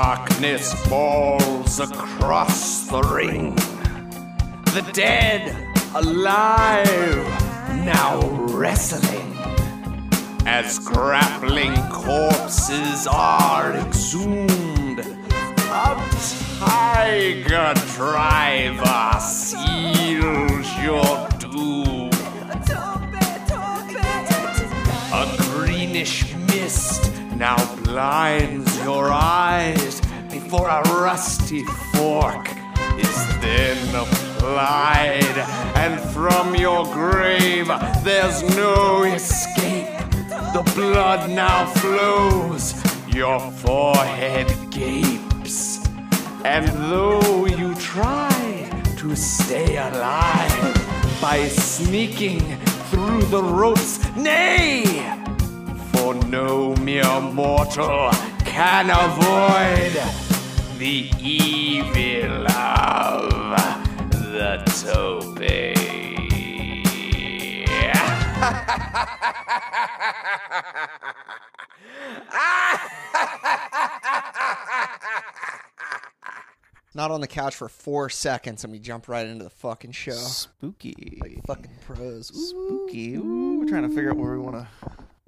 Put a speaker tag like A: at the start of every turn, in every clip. A: darkness falls across the ring. The dead alive now wrestling. As grappling corpses are exhumed, a tiger driver seals your doom. A greenish mist now blinds your eyes before a rusty fork is then applied, and from your grave there's no escape. The blood now flows, your forehead gapes, and though you try to stay alive by sneaking through the ropes, nay! For no mere mortal can avoid the evil of the tope.
B: Not on the couch for four seconds, and we jump right into the fucking show.
C: Spooky.
B: Fucking pros.
C: Spooky. Ooh, we're trying to figure out where we want to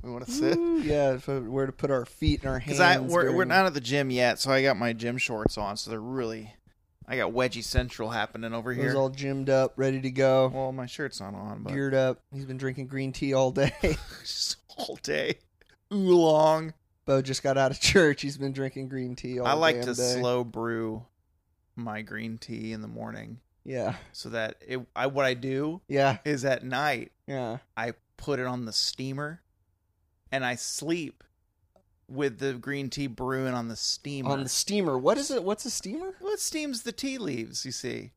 C: we want to sit.
B: Yeah, if we where to put our feet and our hands.
C: Because I we're,
B: during-
C: we're not at the gym yet, so I got my gym shorts on, so they're really I got wedgie central happening over
B: He's
C: here.
B: all gymmed up, ready to go,
C: well, my shirt's not on, but
B: geared up. He's been drinking green tea all day.
C: just all day oolong.
B: Bo just got out of church. He's been drinking green tea all
C: I like
B: damn
C: to
B: day.
C: slow brew my green tea in the morning,
B: Yeah,
C: so that it. I what I do
B: yeah,
C: is at night
B: yeah.
C: I put it on the steamer, and I sleep with the green tea brewing on the steamer.
B: On the steamer. What is it? What's a steamer?
C: well, it steams the tea leaves, you see,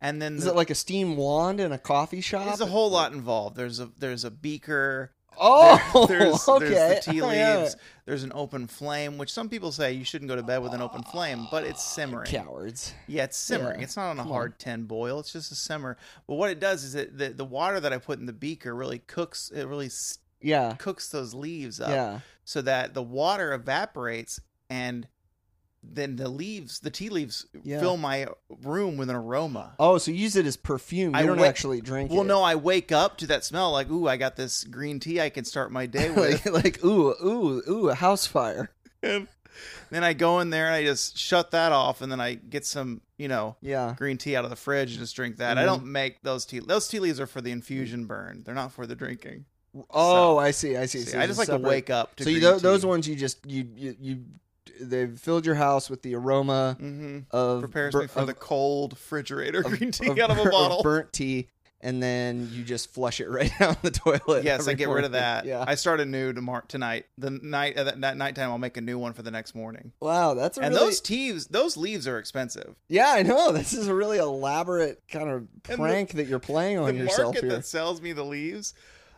C: and then
B: Is
C: the-
B: it like a steam wand in a coffee shop?
C: there's a whole lot involved. There's a there's a beaker.
B: Oh,
C: there- there's,
B: okay.
C: there's the tea
B: Oh,
C: leaves.
B: yeah.
C: There's an open flame, which some people say you shouldn't go to bed with an open flame, but it's simmering.
B: Cowards.
C: Yeah, it's simmering.
B: Yeah,
C: It's not on a
B: come on.
C: hard tin boil. It's just a simmer. But what it does is it the, the water that I put in the beaker really cooks. It really s-
B: Yeah,
C: cooks those leaves up,
B: yeah.
C: so that the water evaporates, and then the leaves, the tea leaves,
B: Yeah.
C: fill my room with an aroma.
B: Oh, so you use it as perfume. You
C: I
B: don't
C: wa-
B: actually drink
C: well,
B: it.
C: no, I wake up to that smell like, ooh, I got this green tea. I can start my day with.
B: like, like ooh, ooh, ooh, a house fire.
C: and then I go in there and I just shut that off, and then I get some, you know,
B: Yeah.
C: green tea out of the fridge and just drink that. I
B: Mhm.
C: don't make those tea. Those tea leaves are for the infusion burn. They're not for the drinking.
B: Oh, I see, I see.
C: See,
B: So
C: I
B: it's
C: just
B: a
C: like to
B: separate-
C: wake up to
B: So you,
C: green
B: tho- those
C: tea.
B: ones you just you you, you they've filled your house with the aroma
C: Mhm.
B: of
C: prepares
B: bur-
C: me for
B: of-
C: the cold refrigerator green tea
B: of
C: out of
B: bur-
C: a bottle.
B: burnt tea, and then you just flush it right down the toilet.
C: yes, I
B: every
C: get rid
B: morning.
C: of that.
B: Yeah.
C: I start anew tomorrow tonight. The night uh, that, that nighttime, I'll make a new one for the next morning.
B: wow, that's a
C: and
B: really
C: those teas, those leaves are expensive.
B: yeah, I know. This is a really elaborate kind of
C: the-
B: prank that you're playing on
C: the
B: yourself
C: market
B: here.
C: that sells me the leaves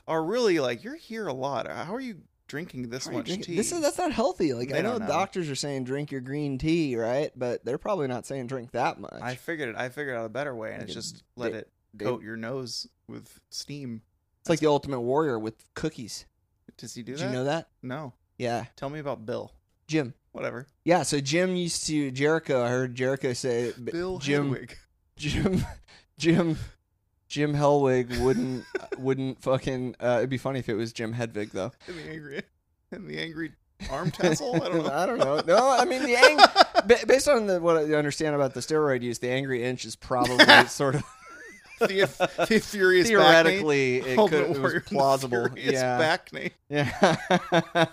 C: are really like you're here a lot. How are you drinking this
B: How are you
C: much
B: drinking-
C: tea?
B: This is that's not healthy. Like I
C: They
B: know,
C: don't know.
B: doctors are saying drink your green tea, right? But they're probably not saying drink that much.
C: I figured it. I figured out a better way, and
B: Like
C: it's
B: a
C: just let
B: di-
C: it
B: They-
C: coat your nose with steam.
B: it's like the Ultimate Warrior with cookies.
C: Does he do
B: Did
C: that?
B: you know that?
C: No.
B: Yeah,
C: Tell me about Bill.
B: Jim.
C: Whatever.
B: Yeah, so Jim used to Jericho. I heard Jericho say it, but
C: Bill
B: Jim
C: Hedwig.
B: Jim Jim Jim Helwig wouldn't wouldn't fucking. Uh, it'd be funny if it was Jim Hedvig though.
C: in the angry in the angry arm tassel. I don't know.
B: I don't know. No, I mean the ang- ba- based on the, what I understand about the steroid use, the angry inch is probably sort of
C: the, the furious
B: theoretically
C: back knee.
B: it,
C: Oh,
B: could,
C: don't
B: it
C: worry,
B: was
C: the
B: plausible.
C: furious
B: Yeah.
C: back knee.
B: yeah.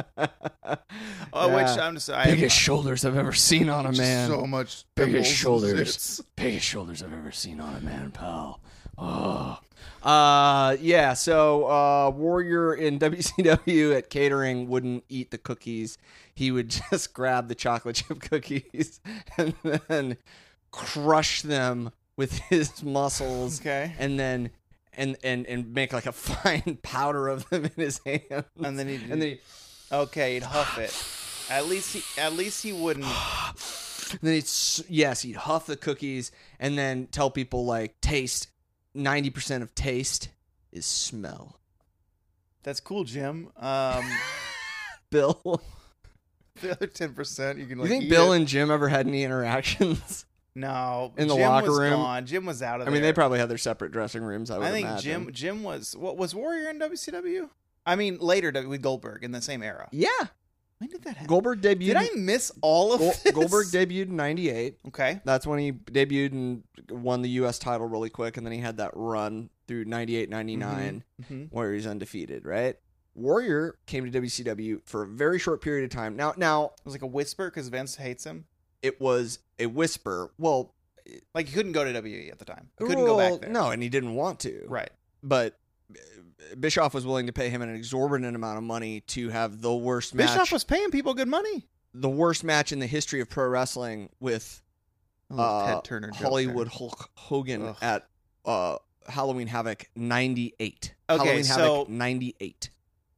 C: Oh, which
B: Yeah.
C: I'm just I
B: biggest shoulders I've ever seen on a man.
C: so much
B: Big as
C: pimples and
B: shoulders.
C: zits.
B: biggest shoulders I've ever seen on a man, pal. Oh. Uh yeah, so uh Warrior in WCW at catering wouldn't eat the cookies. He would just grab the chocolate chip cookies and then crush them with his muscles
C: Okay.
B: and then and and and make like a fine powder of them in his hands.
C: And then he'd-
B: and then he
C: Okay, he'd huff it. At least he at least he wouldn't
B: And then it's yes, he'd huff the cookies and then tell people like taste. Ninety percent of taste is smell.
C: That's cool, Jim. Um
B: Bill,
C: the other ten percent you can.
B: You
C: Like,
B: think
C: eat
B: Bill
C: it.
B: and Jim ever had any interactions?
C: no
B: in the
C: Jim
B: locker
C: was
B: room?
C: Gone. Jim was out of.
B: I mean,
C: there.
B: they probably had their separate dressing rooms. I would
C: I think
B: imagine.
C: Jim Jim was what was Warrior in WCW? I mean later W- with Goldberg in the same era.
B: Yeah,
C: When did that happen?
B: Goldberg debuted.
C: did I miss all of
B: Gol-
C: this?
B: Goldberg debuted in '98.
C: Okay.
B: That's when he debuted and won the U.S. title really quick, and then he had that run through '98, '99,
C: hmm
B: where he's undefeated. Right. Warrior came to WCW for a very short period of time. Now, now
C: It was like a whisper because Vince hates him.
B: it was a whisper. Well,
C: Like he couldn't go to WWE at the time. He couldn't go
B: well,
C: back there.
B: No, and he didn't want to.
C: Right.
B: but uh, Bischoff was willing to pay him an exorbitant amount of money to have the worst match,
C: Bischoff was paying people good money.
B: the worst match in the history of pro wrestling with
C: A little
B: uh,
C: Ted Turner joke there.
B: Hollywood Hulk Hogan
C: Ugh.
B: at uh, Halloween Havoc '98.
C: Okay,
B: Halloween
C: so-
B: Havoc '98.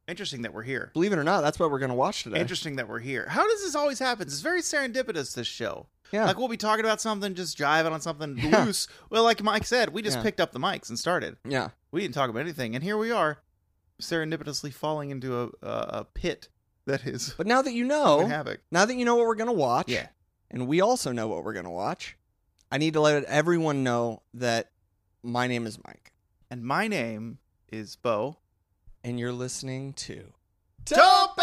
C: Interesting that we're here.
B: Believe it or not, that's what we're gonna watch today.
C: Interesting that we're here. How does this always happen? It's very serendipitous. This show.
B: Yeah,
C: Like we'll be talking about something, just jiving on something
B: Yeah.
C: loose. Well, like Mike said, we just
B: Yeah.
C: picked up the mics and started.
B: yeah.
C: We didn't talk about anything, and here we are, serendipitously falling into a a, a pit that is
B: But now that you
C: oh.
B: know,
C: havoc.
B: now that you know what we're gonna watch,
C: Yeah,
B: and we also know what we're gonna watch, I need to let everyone know that my name is Mike.
C: and my name is Bo.
B: and you're listening to
C: Tope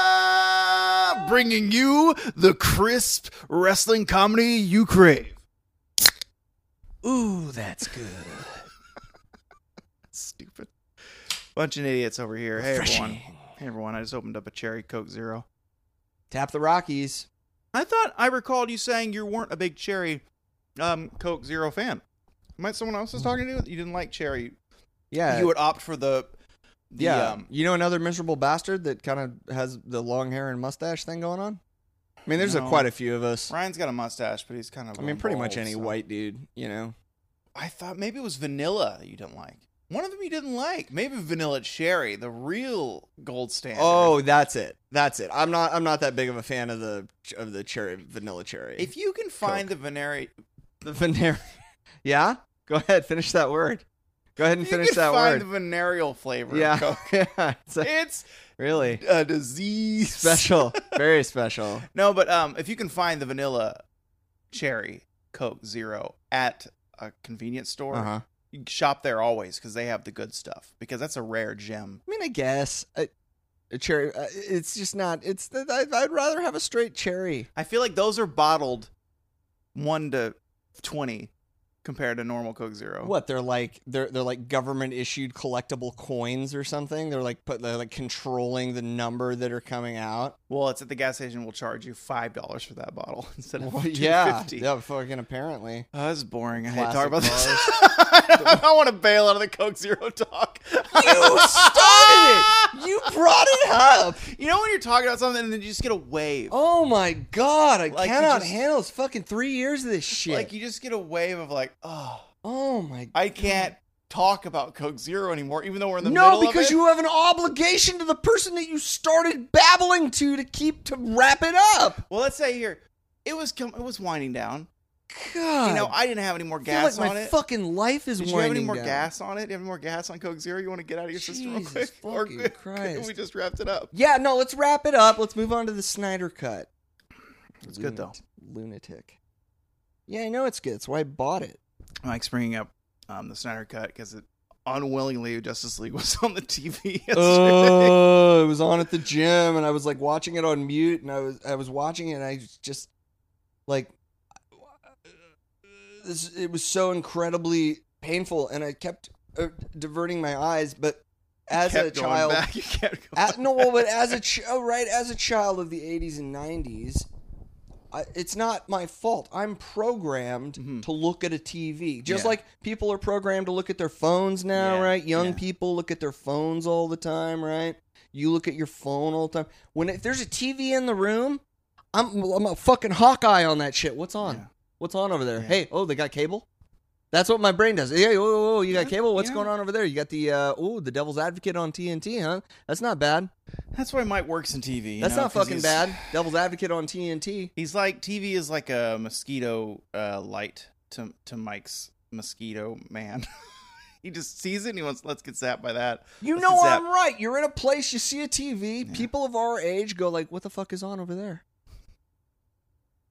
C: Suicida, bringing you the crisp wrestling comedy you crave.
B: Ooh, that's good.
C: Stupid bunch of idiots over here. Hey everyone, hey everyone. I just opened up a cherry Coke Zero.
B: Tap the Rockies.
C: I thought I recalled you saying you weren't a big cherry um, Coke Zero fan. Might someone else was talking to you that you didn't like cherry.
B: Yeah.
C: you would opt for the, the
B: Uh, yeah.
C: um,
B: you know another miserable bastard that kind of has the long hair and mustache thing going on? I mean, there's a,
C: No.
B: quite a few of us.
C: Ryan's got a mustache, but he's kind of
B: I mean, pretty much
C: bald,
B: any
C: so-
B: white dude, you know.
C: I thought maybe it was vanilla that you didn't like. One of them you didn't like. Maybe vanilla cherry, the real gold standard.
B: Oh, that's it. That's it. I'm not I'm not that big of a fan of the of the cherry vanilla cherry.
C: if you can find the vanilla,
B: the vanilla Yeah? Go ahead, finish that word. Go ahead and
C: if you
B: finish
C: can
B: that
C: find
B: word.
C: the venereal flavor.
B: yeah.
C: of Coke,
B: yeah. It's a-
C: it's
B: really
C: a disease.
B: special. Very special.
C: No, but um, if you can find the vanilla cherry Coke Zero at a convenience store,
B: Uh-huh.
C: you shop there always because they have the good stuff. Because that's a rare gem.
B: I mean, I guess a, a cherry. Uh, it's just not. It's. the- I, I'd rather have a straight cherry.
C: I feel like those are bottled one to twenty compared to normal Coke Zero.
B: What they're like? They're they're like government issued collectible coins or something. They're like put. They're like controlling the number that are coming out.
C: Well, it's at the gas station. We'll charge you five dollars for that bottle instead of
B: Well,
C: two
B: yeah,
C: fifty.
B: yeah. Fucking apparently.
C: Oh, that's boring. I hate to talk
B: Classic
C: about this. I don't want to bail out of the Coke Zero talk. You
B: started You brought it up.
C: You know when you're talking about something and then you just get a wave.
B: Oh my god! I
C: Like, you
B: cannot
C: just-
B: handle this. Fucking three years of this shit.
C: Like you just get a wave of like, oh,
B: oh my.
C: I can't talk about Coke Zero anymore, even though we're in the
B: No,
C: middle
B: because
C: of it.
B: you have an obligation to the person that you started babbling to to keep to wrap it up.
C: Well, let's say here, it was com- it was winding down.
B: God,
C: You know, I didn't have any more
B: I feel
C: gas
B: like
C: on
B: my
C: it.
B: fucking life is
C: Did you
B: winding
C: have any more
B: down.
C: gas on it? Do you have any more gas on Coke Zero? You want to get out of your system real
B: Jesus
C: quick? Or
B: fucking
C: could-
B: Christ.
C: we just wrapped it up.
B: Yeah, no, let's wrap it up. Let's move on to the Snyder cut.
C: It's good, though.
B: Lunatic. Yeah, I know it's good. That's why I bought it.
C: Mike's bringing up um, the Snyder Cut because it unwillingly Justice League was on the TV yesterday.
B: Oh, it was on at the gym, and I was like watching it on mute, and I was I was watching it, and I was just like this. It was so incredibly painful, and I kept uh, diverting my eyes. But as
C: kept
B: a
C: going
B: child,
C: back. You kept going
B: At, no, well, but as a ch- oh, right, as a child of the '80s and '90s, I, it's not my fault. I'm programmed
C: Mhm.
B: to look at a TV, just
C: Yeah.
B: like people are programmed to look at their phones now,
C: Yeah,
B: right? Young
C: yeah.
B: people look at their phones all the time, right? You look at your phone all the time. When if there's a TV in the room, I'm I'm a fucking Hawkeye on that shit. What's on?
C: Yeah.
B: What's on over there?
C: Yeah.
B: Hey, oh, they got cable. That's what my brain does. Hey, oh, oh, oh, you got
C: Yeah,
B: cable? What's
C: yeah.
B: going on over there? You got the uh, oh, the Devil's Advocate on TNT, huh? That's not bad.
C: That's why Mike works in TV. you
B: That's
C: know,
B: not
C: 'cause
B: fucking
C: he's-
B: bad. Devil's Advocate on TNT.
C: He's like TV is like a mosquito uh, light to to Mike's mosquito man. he just sees it and he wants, let's get zapped by that.
B: You
C: Let's
B: know
C: get
B: I'm
C: zapped."
B: right. You're in a place, you see a TV, people of our age go like, "What the fuck is on over there?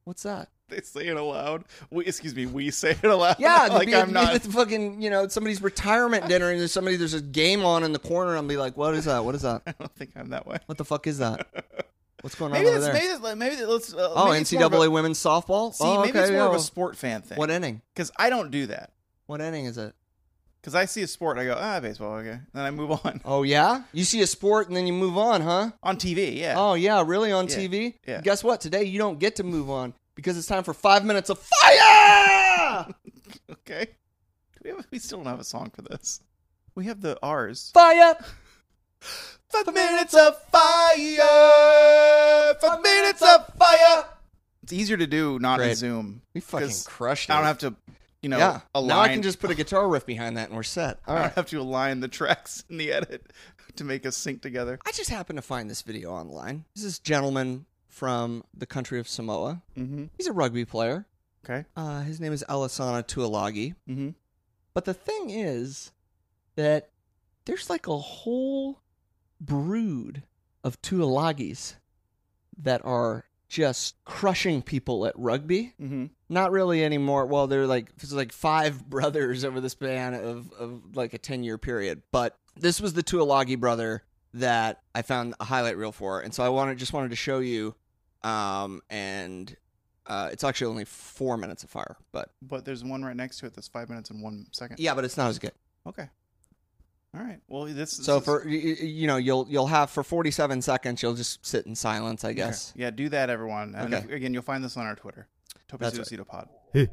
B: What's that?"
C: They say it aloud. We, excuse me, we say it aloud.
B: Yeah, it'd
C: like
B: be-
C: I'm not.
B: It's fucking, you know, it's somebody's retirement dinner and there's somebody there's a game on in the corner and I'll be like, "What is that? What is that?
C: I don't think I'm that way.
B: What the fuck is that? What's going on
C: Maybe
B: over
C: that's
B: there?"
C: maybe that's, maybe that- let's. Uh,
B: oh,
C: maybe it's more of a-
B: NCAA women's softball.
C: See,
B: oh,
C: maybe
B: okay,
C: it's more of
B: yeah.
C: a sport fan thing.
B: What inning?
C: Because I don't do that.
B: What inning is it?
C: Because I see a sport and I go, ah, baseball, okay. Then I move on.
B: Oh yeah, you see a sport and then you move on, huh?
C: On TV, yeah.
B: Oh yeah, really on
C: Yeah,
B: TV?
C: yeah.
B: Guess what? Today you don't get to move on because it's time for five minutes of fire.
C: Okay. Do we, have, we still don't have a song for this. We have the R's.
B: fire.
C: Five minutes of fire! Five minutes of fire! It's easier to do not in
B: Great.
C: Zoom.
B: We fucking
C: 'Cause
B: crushed it.
C: I don't have to, you know,
B: yeah.
C: align.
B: Now I can just put a guitar riff behind that and we're set. All
C: I
B: right.
C: don't have to align the tracks in the edit to make us sync together.
B: I just happened to find this video online. This is gentleman from the country of Samoa.
C: Mm-hmm.
B: He's a rugby player.
C: Okay.
B: Uh, his name is Elisana Tuolagi.
C: Mm-hmm.
B: But the thing is that there's like a whole brood of Tuolagis that are just crushing people at rugby.
C: Mm-hmm.
B: Not really anymore. Well, they're like it's like five brothers over the span of, of like a ten year period. But this was the Tuolagi brother that I found a highlight reel for, and so I wanted just wanted to show you. Um, and uh, it's actually only four minutes of fire, but
C: But there's one right next to it that's five minutes and one second.
B: yeah, but it's not as good.
C: Okay. All right. Well, this. this
B: So
C: is-
B: for y- y- you know you'll you'll have for 47 seconds you'll just sit in silence I
C: Okay.
B: guess.
C: Yeah, do that, everyone. And
B: Okay.
C: if- again, you'll find this on our Twitter.
B: That's
C: Topazucito Pod. He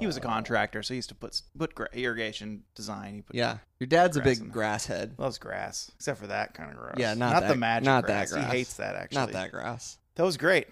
A: He
C: was a contractor, so he used to put put gra- irrigation design. He put
B: Yeah. Your dad's
C: Grass
B: a
C: in
B: big
C: there.
B: grass head.
C: loves grass, except for that kind of grass.
B: Yeah, not
C: the
B: that-
C: magic.
B: not
C: grass.
B: that grass.
C: He hates that actually.
B: Not that grass.
C: That was great.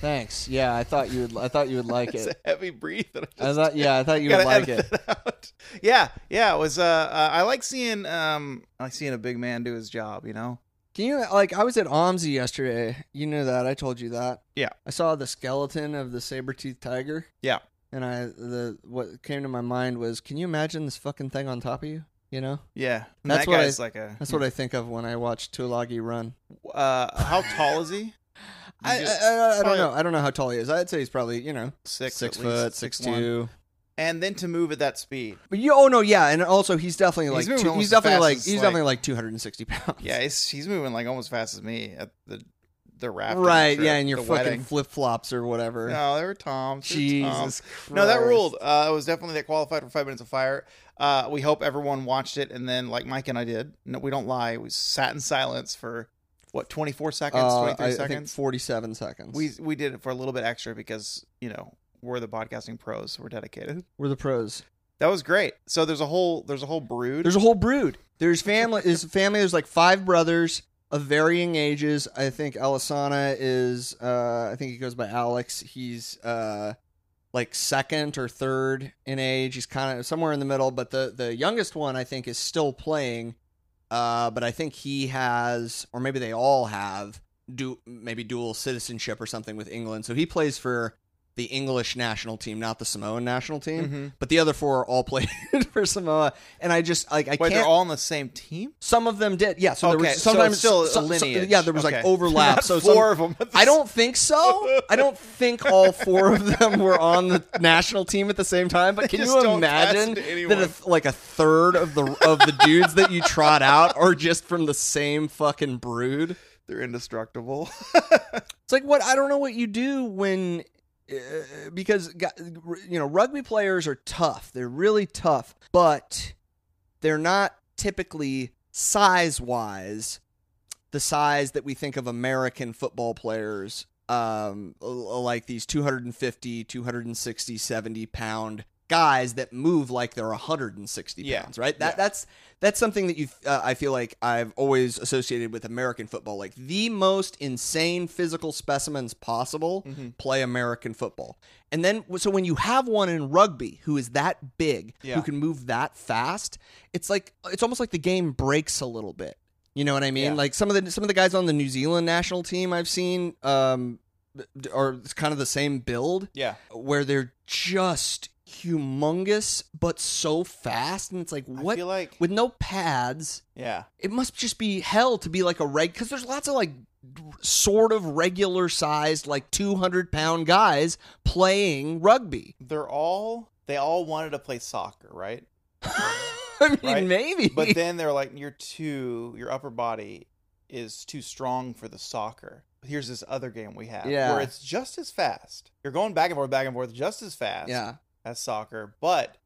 B: Thanks. Yeah, I thought you would I thought you would like
C: It's
B: it.
C: a heavy breathe. That I
B: I
C: just
B: thought yeah, I thought you would
C: gotta
B: like
C: edit
B: it.
C: that out. Yeah, yeah. It was. Uh, uh, I like seeing. Um, I like seeing a big man do his job. You know.
B: Can you like I was at OMSI yesterday. You knew that. I told you that.
C: Yeah.
B: I saw the skeleton of the saber-toothed tiger.
C: Yeah.
B: And I the what came to my mind was can you imagine this fucking thing on top of you, you know?
C: Yeah. And
B: That's
C: that
B: what I-
C: guy's like a.
B: That's what I think of when I watch Tulagi run.
C: Uh, how tall is he?
B: I,
C: Just-
B: I, I, I
C: probably-
B: don't know. I don't know how tall he is. I'd say he's probably you know
C: Six,
B: six
C: at least,
B: foot, six,
C: one.
B: two.
C: and then to move at that speed.
B: But you, oh no, yeah, and also he's definitely like
C: He's moving
B: two,
C: almost
B: he's
C: as
B: definitely
C: fast
B: like
C: as,
B: he's
C: like-
B: definitely like two hundred and sixty pounds.
C: Yeah, he's, he's moving like almost fast as me at the the raft.
B: right. Yeah, and your
C: the
B: fucking
C: wedding.
B: flip flops or whatever.
C: No, they were Tom's. they were Tom's.
B: Jesus,
C: No, that
B: Christ.
C: ruled. Uh, it was definitely that qualified for five minutes of fire. Uh, we hope everyone watched it, and then like Mike and I did. No, we don't lie. We sat in silence for what twenty four seconds,
B: Uh,
C: twenty three
B: I, I think
C: seconds.
B: forty-seven seconds.
C: we we did it for a little bit extra because you know we're the podcasting pros. So we're dedicated.
B: We're the pros.
C: That was great. So there's a whole there's a whole brood.
B: There's a whole brood. There's family. There's a family. There's like five brothers of varying ages. I think Alisana is. Uh, I think he goes by Alex. He's uh, like second or third in age. He's kind of somewhere in the middle. But the the youngest one I think is still playing. Uh, but I think he has, or maybe they all have, du- maybe dual citizenship or something with England. So he plays for the English national team, not the Samoan national team
C: Mhm.
B: but the other four all played for Samoa, and I just like I
C: Wait, they're
B: can't.
C: all on the same team.
B: some of them did, yeah. So there
C: Okay,
B: was
C: so
B: sometimes
C: it's still a
B: so- so-
C: lineage.
B: yeah, there was like
C: Okay.
B: overlap.
C: Not
B: so some-
C: four of them.
B: I don't think so. I don't think all four of them were on the national team at the same time. But can
C: just
B: you
C: don't pass
B: imagine
C: it to
B: that
C: anyone.
B: a, th- like a third of the of the dudes that you trot out are just from the same fucking brood?
C: They're indestructible.
B: It's like what I don't know what you do when uh, because gu- you know rugby players are tough. They're really tough, but they're not typically size-wise the size that we think of American football players um l- l- like these 250, 260, 70 pound guys that move like they're 160
C: Yeah.
B: pounds, right? That
C: Yeah.
B: that's that's something that you uh, I feel like I've always associated with American football. Like the most insane physical specimens possible
C: Mhm.
B: play American football. And then so when you have one in rugby who is that big,
C: Yeah.
B: who can move that fast, it's like uh, it's almost like the game breaks a little bit. You know what I mean?
C: Yeah.
B: Like some of the some of the guys on the New Zealand national team I've seen um d- are kind of the same build
C: yeah.
B: where they're just humongous but so fast and it's like
C: I
B: what
C: feel like
B: with no pads
C: yeah,
B: it must just be hell to be like a reg because there's lots of like sort of regular sized like 200 pound guys playing rugby
C: they're all they all wanted to play soccer, right?
B: i mean
C: Right.
B: maybe
C: But then they're like, you're too, your upper body is too strong for the soccer. Here's this other game we have
B: Yeah.
C: where it's just as fast. You're going back and forth, back and forth, just as fast
B: yeah
C: as soccer, but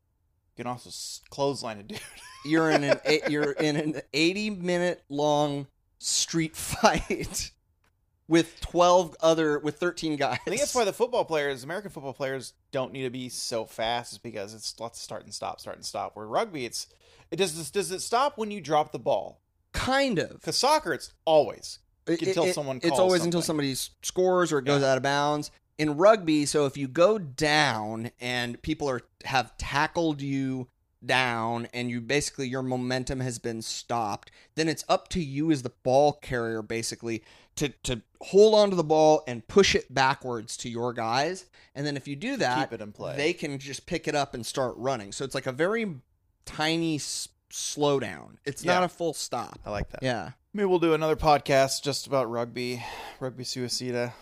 C: you can also s- clothesline a dude.
B: you're in an eight, you're in an 80 minute long street fight with 12 other with 13 guys
C: I think that's why the football players, American football players, don't need to be so fast, is because it's lots of start and stop, start and stop. Where rugby, it's it does this does it stop when you drop the ball?
B: kind of
C: Because soccer, it's always
B: It-
C: until
B: it-
C: someone
B: it's
C: calls
B: always until
C: something.
B: somebody s- scores or it goes out of bounds in rugby so if you go down and people are have tackled you down and you basically your momentum has been stopped then it's up to you as the ball carrier basically to to hold onto the ball and push it backwards to your guys and then if you do that
C: keep it in play.
B: they can just pick it up and start running so it's like a very tiny s- slowdown it's not
C: Yeah.
B: a full stop
C: I like that.
B: yeah
C: Maybe we'll do another podcast just about rugby, rugby suicida.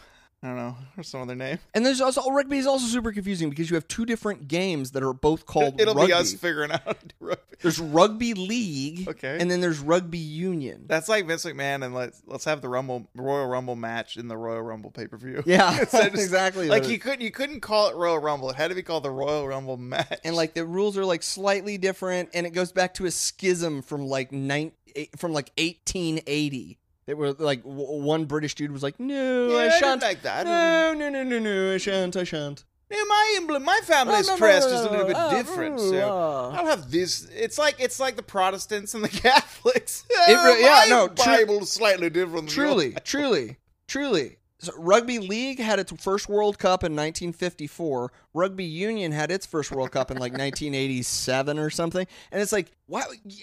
C: I don't know, or some other name.
B: And there's also rugby is also super confusing because you have two different games that are both called
C: It'll
B: rugby.
C: be us figuring out how to do rugby.
B: There's rugby league,
C: Okay.
B: and then there's rugby union.
C: That's like Vince McMahon and let's let's have the Rumble Royal Rumble match in the Royal Rumble pay per view.
B: yeah,
C: It's
B: that's
C: just-
B: exactly.
C: Like
B: what it
C: you
B: is.
C: couldn't you couldn't call it Royal Rumble. It had to be called the Royal Rumble match.
B: and like the rules are like slightly different, and it goes back to a schism from like nine eight- from like 1880. That were like w- one British dude was like, "No,
C: yeah, I
B: I
C: didn't
B: shan't.
C: like that.
B: no, no, no, no, no, I shan't. I shan't."
C: Yeah, my emblem, my family's
B: No, no, no,
C: crest
B: no,
C: is a little bit
B: no, no.
C: different.
B: Oh,
C: So
B: oh.
C: I'll have this. It's like it's like the Protestants and the Catholics.
B: re- yeah,
C: my
B: no, tru-
C: Bible is slightly different. Than yours.
B: Truly, truly, truly. So rugby league had its first World Cup in 1954. Rugby union had its first World Cup in like 1987 or something. And it's like, why?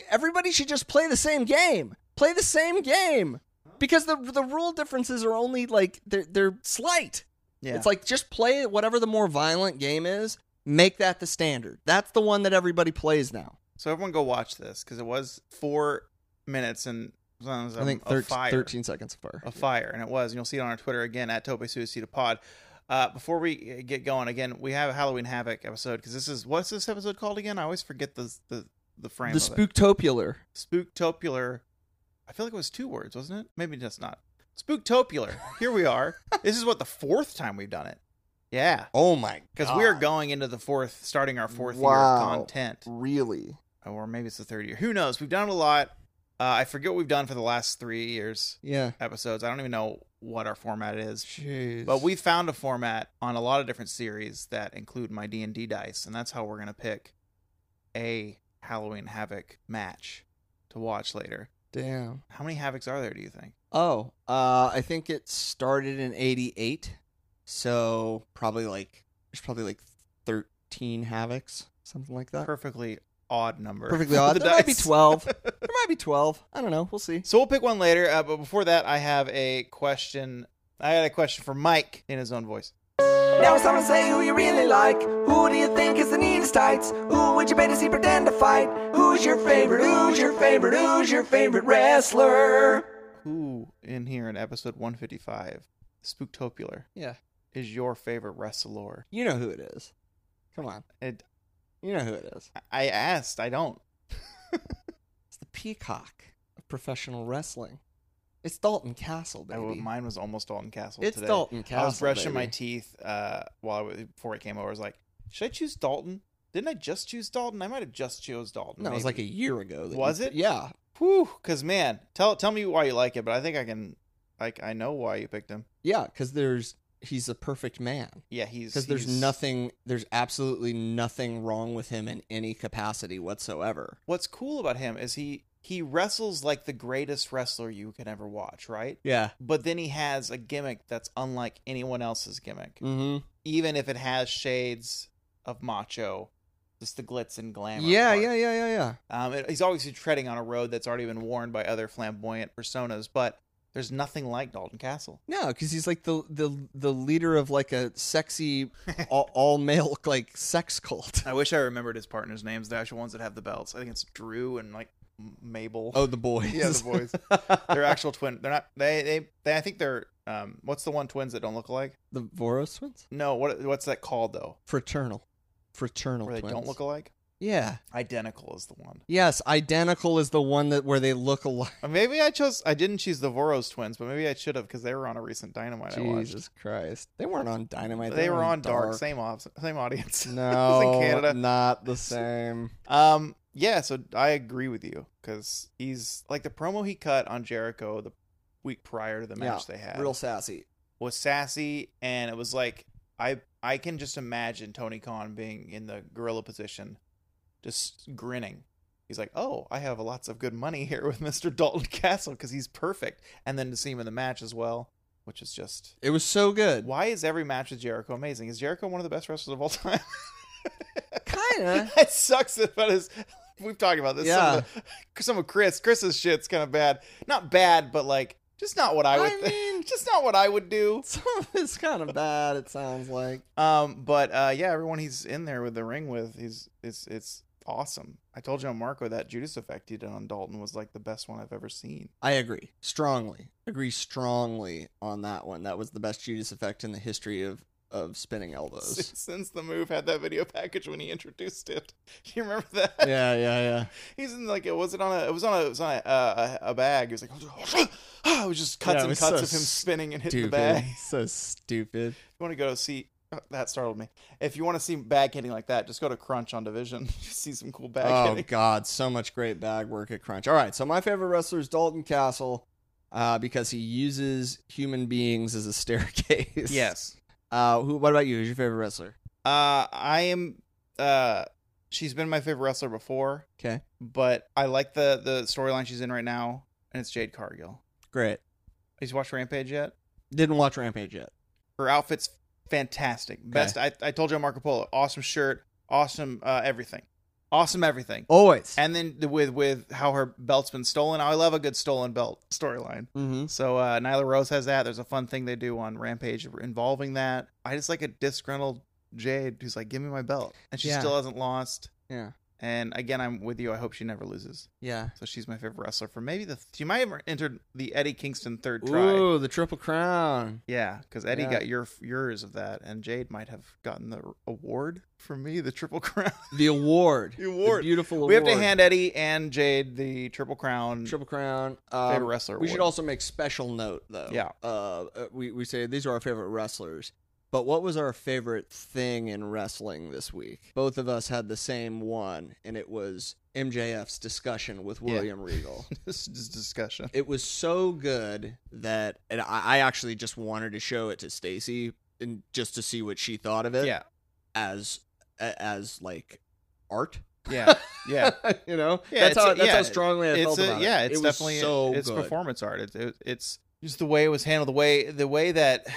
B: Everybody should just play the same game. Play the same game because the the rule differences are only like they're they're slight.
C: Yeah.
B: It's like just play whatever the more violent game is. Make that the standard. That's the one that everybody plays now.
C: So everyone go watch this because it was four minutes and I
B: I think
C: a
B: 13,
C: fire,
B: 13 seconds of fire.
C: a fire, and it was. And you'll see it on our Twitter again at Tope Suicida Pod. Uh, before we uh, get going again, we have a Halloween Havoc episode because this is what's this episode called again? I always forget the the the frame.
B: The
C: of it.
B: spooktopular.
C: Spooktopular. I feel like it was two words, wasn't it? Maybe just not. Spooktopular. Here we are. this is what the fourth time we've done it. Yeah,
B: Oh my
C: because we are going into the fourth, starting our fourth year of
B: Wow.
C: content Oh,
B: Really?
C: or maybe it's the third year. Who knows? We've done a lot. Uh, I forget what we've done for the last three years
B: Yeah.
C: episodes. I don't even know what our format is,
B: Jeez.
C: but we found a format on a lot of different series that include my D and D dice, and that's how we're gonna pick a Halloween Havoc match to watch later.
B: damn.
C: How many Havocs are there? Do you think?
B: Oh, uh, I think it started in '88, so probably like there's probably like 13 havocs, something like that.
C: Perfectly odd number.
B: Perfectly
C: for
B: odd.
C: the
B: There might be
C: dice.
B: 12. there might be 12. I don't know. We'll see.
C: So we'll pick one later. Uh, but before that, I have a question. I had a question for Mike in his own voice.
D: Now it's time to say who you really like. Who do you think is the neatest tights? Who would you pay to see pretend to fight? Who's your favorite? Who's your favorite? Who's your favorite wrestler?
C: who in here in episode 155 spooktopular
B: Yeah.
C: is your favorite wrestler
B: You know who it is. Come on.
C: it,
B: You know who it is.
C: i asked i don't
B: It's the peacock of professional wrestling. It's Dalton Castle,
C: I,
B: baby.
C: well, mine was almost dalton castle
B: it's
C: today
B: Dalton Castle.
C: i was brushing my
B: baby.
C: teeth uh while I was, before i came over i was like should i choose dalton didn't i just choose dalton i might have just chose dalton
B: No, it was like a
C: maybe.
B: year ago. that
C: Was
B: you-
C: it?
B: Yeah.
C: whew because man tell tell me why you like it but i think i can like i know why you picked him
B: Yeah, because there's he's a perfect man.
C: yeah he's
B: because there's
C: he's-
B: nothing there's absolutely nothing wrong with him in any capacity whatsoever
C: what's cool about him is he he wrestles like the greatest wrestler you can ever watch right
B: yeah
C: but then he has a gimmick that's unlike anyone else's gimmick
B: mm-hmm.
C: even if it has shades of macho just the glitz and glamour
B: yeah
C: part.
B: yeah yeah yeah yeah
C: um, it, he's obviously treading on a road that's already been worn by other flamboyant personas but There's nothing like Dalton Castle.
B: No, because he's like the the the leader of like a sexy all, all male like sex cult.
C: I wish I remembered his partners' names. They're actual ones that have the belts. I think it's Drew and like M- Mabel.
B: Oh, the boys.
C: yeah, the boys. they're actual twin. They're not. They, they they. I think they're. Um, what's the one twins that don't look alike?
B: the Voros twins.
C: No. What what's that called though?
B: Fraternal, fraternal
C: Where they
B: twins.
C: don't look alike.
B: yeah.
C: Identical is the one.
B: Yes, identical is the one that where they look alike.
C: Uh, Maybe I chose. I didn't choose the Voros twins, but maybe I should have because they were on a recent Dynamite I watched.
B: Jesus Christ, they weren't on Dynamite.
C: They were
B: were
C: on Dark. Same off. Same audience.
B: No,
C: in Canada.
B: not the same.
C: Um, yeah, so I agree with you because he's like the promo he cut on Jericho the week prior to the match they had
B: Real sassy.
C: was sassy, and it was like I I can just imagine Tony Khan being in the gorilla position, just grinning. He's like, "Oh, I have lots of good money here with Mister Dalton Castle because he's perfect," and then to see him in the match as well, which is just
B: It was so good.
C: why is every match with Jericho amazing? Is Jericho one of the best wrestlers of all time?
B: Kinda.
C: it sucks about his. We've talked about this. Some, of the- some of Chris, Chris's shit's kind of bad. Not bad, but like just not what I would.
B: I mean-
C: just not what I would do.
B: Some of it's kind of bad. It sounds like.
C: Um, but uh, yeah, everyone he's in there with the ring with, he's it's it's awesome. I told you on Marco that Judas effect he did on Dalton was like the best one I've ever seen.
B: I agree strongly. Agree strongly on that one. That was the best Judas effect in the history of of spinning elbows.
C: Since, since the move had that video package when he introduced it, do you remember that?
B: yeah, yeah, yeah.
C: He's in like it was it on a it was on a it was on a uh, a, a bag. He was like, oh, it was just cuts
B: Yeah, it
C: and
B: was
C: cuts
B: so
C: of him spinning and hitting
B: Stupid.
C: the bag.
B: So stupid.
C: If you want to go see uh, that startled me. If you want to see bag hitting like that, just go to Crunch on Division. see some cool bag
B: Oh
C: hitting.
B: God, so much great bag work at Crunch. All right, so my favorite wrestler is Dalton Castle, uh, because he uses human beings as a staircase.
C: Yes.
B: Uh, who? What about you? Who's your favorite wrestler?
C: Uh, I am. Uh, she's been my favorite wrestler before,
B: Okay,
C: but I like the the storyline she's in right now, and it's Jade Cargill.
B: great.
C: Have you watched Rampage yet?
B: Didn't watch Rampage yet.
C: Her outfit's fantastic. Best. I, I told you on Marco Polo. Awesome shirt. Awesome uh, everything. Awesome everything.
B: Always.
C: And then the, with with how her belt's been stolen. I love a good stolen belt storyline.
B: mm-hmm.
C: So uh, Nyla Rose has that. There's a fun thing they do on Rampage involving that. I just like a disgruntled Jade who's like, "Give me my belt," and she
B: Yeah.
C: still hasn't lost.
B: Yeah.
C: And again, I'm with you. I hope she never loses.
B: Yeah.
C: So she's my favorite wrestler for maybe the she might have entered the Eddie Kingston third try.
B: Ooh, the Triple Crown.
C: Yeah, because Eddie
B: Yeah.
C: got your yours of that, and Jade might have gotten the award from me, the Triple Crown.
B: The award.
C: The award.
B: beautiful award.
C: we have to hand Eddie and Jade the Triple Crown.
B: Triple Crown. Um,
C: Favorite wrestler
B: We should
C: award.
B: also make special note though.
C: Yeah.
B: Uh, uh, we we say these are our favorite wrestlers, but what was our favorite thing in wrestling this week? Both of us had the same one, and it was MJF's discussion with
C: Yeah.
B: William Regal.
C: this is discussion.
B: It was so good that, and I, I actually just wanted to show it to Stacy and just to see what she thought of it.
C: Yeah,
B: As a- as like art.
C: yeah, yeah.
B: you know,
C: Yeah,
B: that's
C: it's
B: how
C: a-
B: that's how
C: yeah,
B: strongly I
C: it's
B: felt
C: a,
B: about
C: yeah,
B: it.
C: it's
B: It was
C: definitely
B: so
C: it's
B: good.
C: performance art. It, it, it's just the way it was handled, the way the way that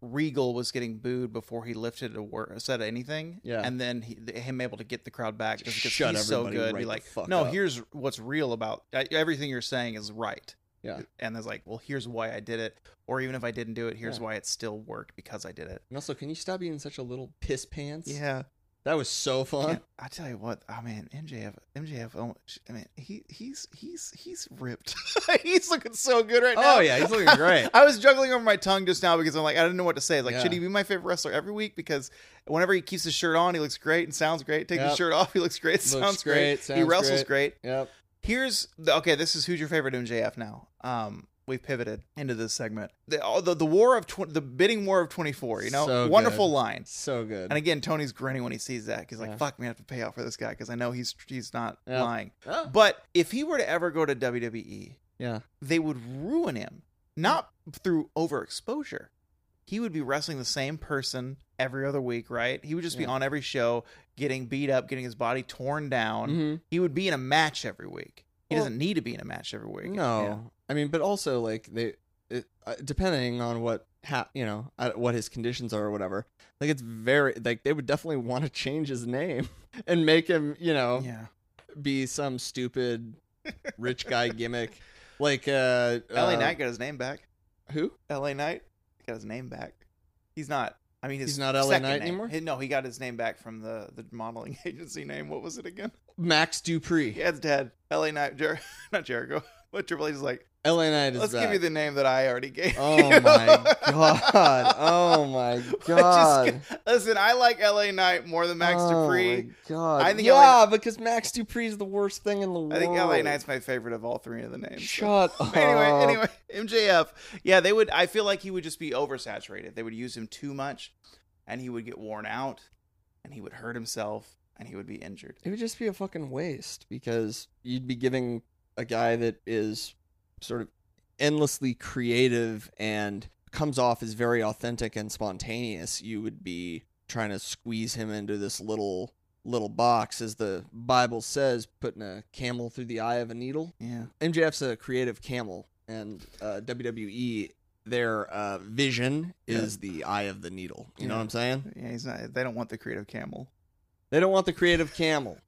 C: Regal was getting booed before he lifted a word, said anything,
B: Yeah.
C: and then he, th- him able to get the crowd back just because
B: Shut
C: he's so
B: everybody
C: good.
B: right
C: be
B: the
C: like,
B: fuck
C: no,
B: up."
C: here's what's real about I- everything you're saying is right.
B: Yeah.
C: and it's like, well, here's why I did it, or even if I didn't do it, here's
B: Yeah.
C: why it still worked because I did it.
B: And also, can you stop being such a little piss pants?
C: Yeah,
B: That was so fun.
C: Yeah, I tell you what, I mean MJF, MJF. oh, sh- I mean he he's he's he's ripped. he's looking so good right now.
B: Oh, yeah, he's looking great.
C: I was juggling over my tongue just now because I'm like I didn't know what to say. It's like
B: Yeah.
C: should he be my favorite wrestler every week? Because whenever he keeps his shirt on, he looks great and sounds great. Take his
B: Yep.
C: shirt off, he looks great,
B: Looks
C: sounds great.
B: great,
C: he
B: sounds
C: wrestles
B: great.
C: great.
B: Yep.
C: Here's the, okay. This is who's your favorite MJF now. Um, we've pivoted into this segment. The oh, the, the war of tw- the bidding war of 24. You know,
B: So good.
C: wonderful line.
B: So good.
C: And again, Tony's grinning when he sees that because like,
B: Yeah.
C: fuck, me, I have to pay out for this guy because I know he's he's not
B: Yeah.
C: lying.
B: Oh,
C: But if he were to ever go to WWE,
B: yeah.
C: they would ruin him, not through overexposure. He would be wrestling the same person every other week, right? He would just be
B: Yeah.
C: on every show, getting beat up, getting his body torn down.
B: Mhm.
C: He would be in a match every week. He
B: Well-
C: doesn't need to be in a match every week.
B: No,
C: Yeah.
B: I mean, but also like they, it, uh, depending on what ha- you know, uh, what his conditions are or whatever. Like it's very like they would definitely want to change his name and make him, you know,
C: Yeah.
B: be some stupid rich guy gimmick. Like uh,
C: LA
B: uh,
C: Knight got his name back.
B: Who?
C: LA Knight got his name back. He's not. I mean, his
B: He's not LA
C: second
B: Knight
C: name.
B: anymore?
C: He- no, he got his name back from the the modeling agency name. What was it again?
B: Max Dupree.
C: Yeah, it's dead. LA Knight, Jer- not Jericho. But Triple H is like,
B: LA Knight is
C: let's
B: back.
C: give you the name that I already gave.
B: Oh
C: you."
B: my god. Oh my
C: Which is
B: god.
C: good. listen, I like LA Knight more than Max
B: oh
C: Dupree.
B: My god.
C: I think
B: yeah,
C: LA
B: because Max Dupree is the worst thing in the world.
C: I think LA Knight's my favorite of all three of the names. so.
B: Shut up.
C: anyway, anyway, MJF. Yeah, they would. I feel like he would just be oversaturated. They would use him too much, and he would get worn out, and he would hurt himself, and he would be injured.
B: It would just be a fucking waste because you'd be giving a guy that is sort of endlessly creative and comes off as very authentic and spontaneous. You would be trying to squeeze him into this little little box as the Bible says, putting a camel through the eye of a needle.
C: Yeah,
B: MJF's a creative camel, and uh, WWE their uh, vision is the eye of the needle. You know
C: Yeah.
B: what I'm saying?
C: yeah. He's not. They don't want the creative camel.
B: They don't want the creative camel.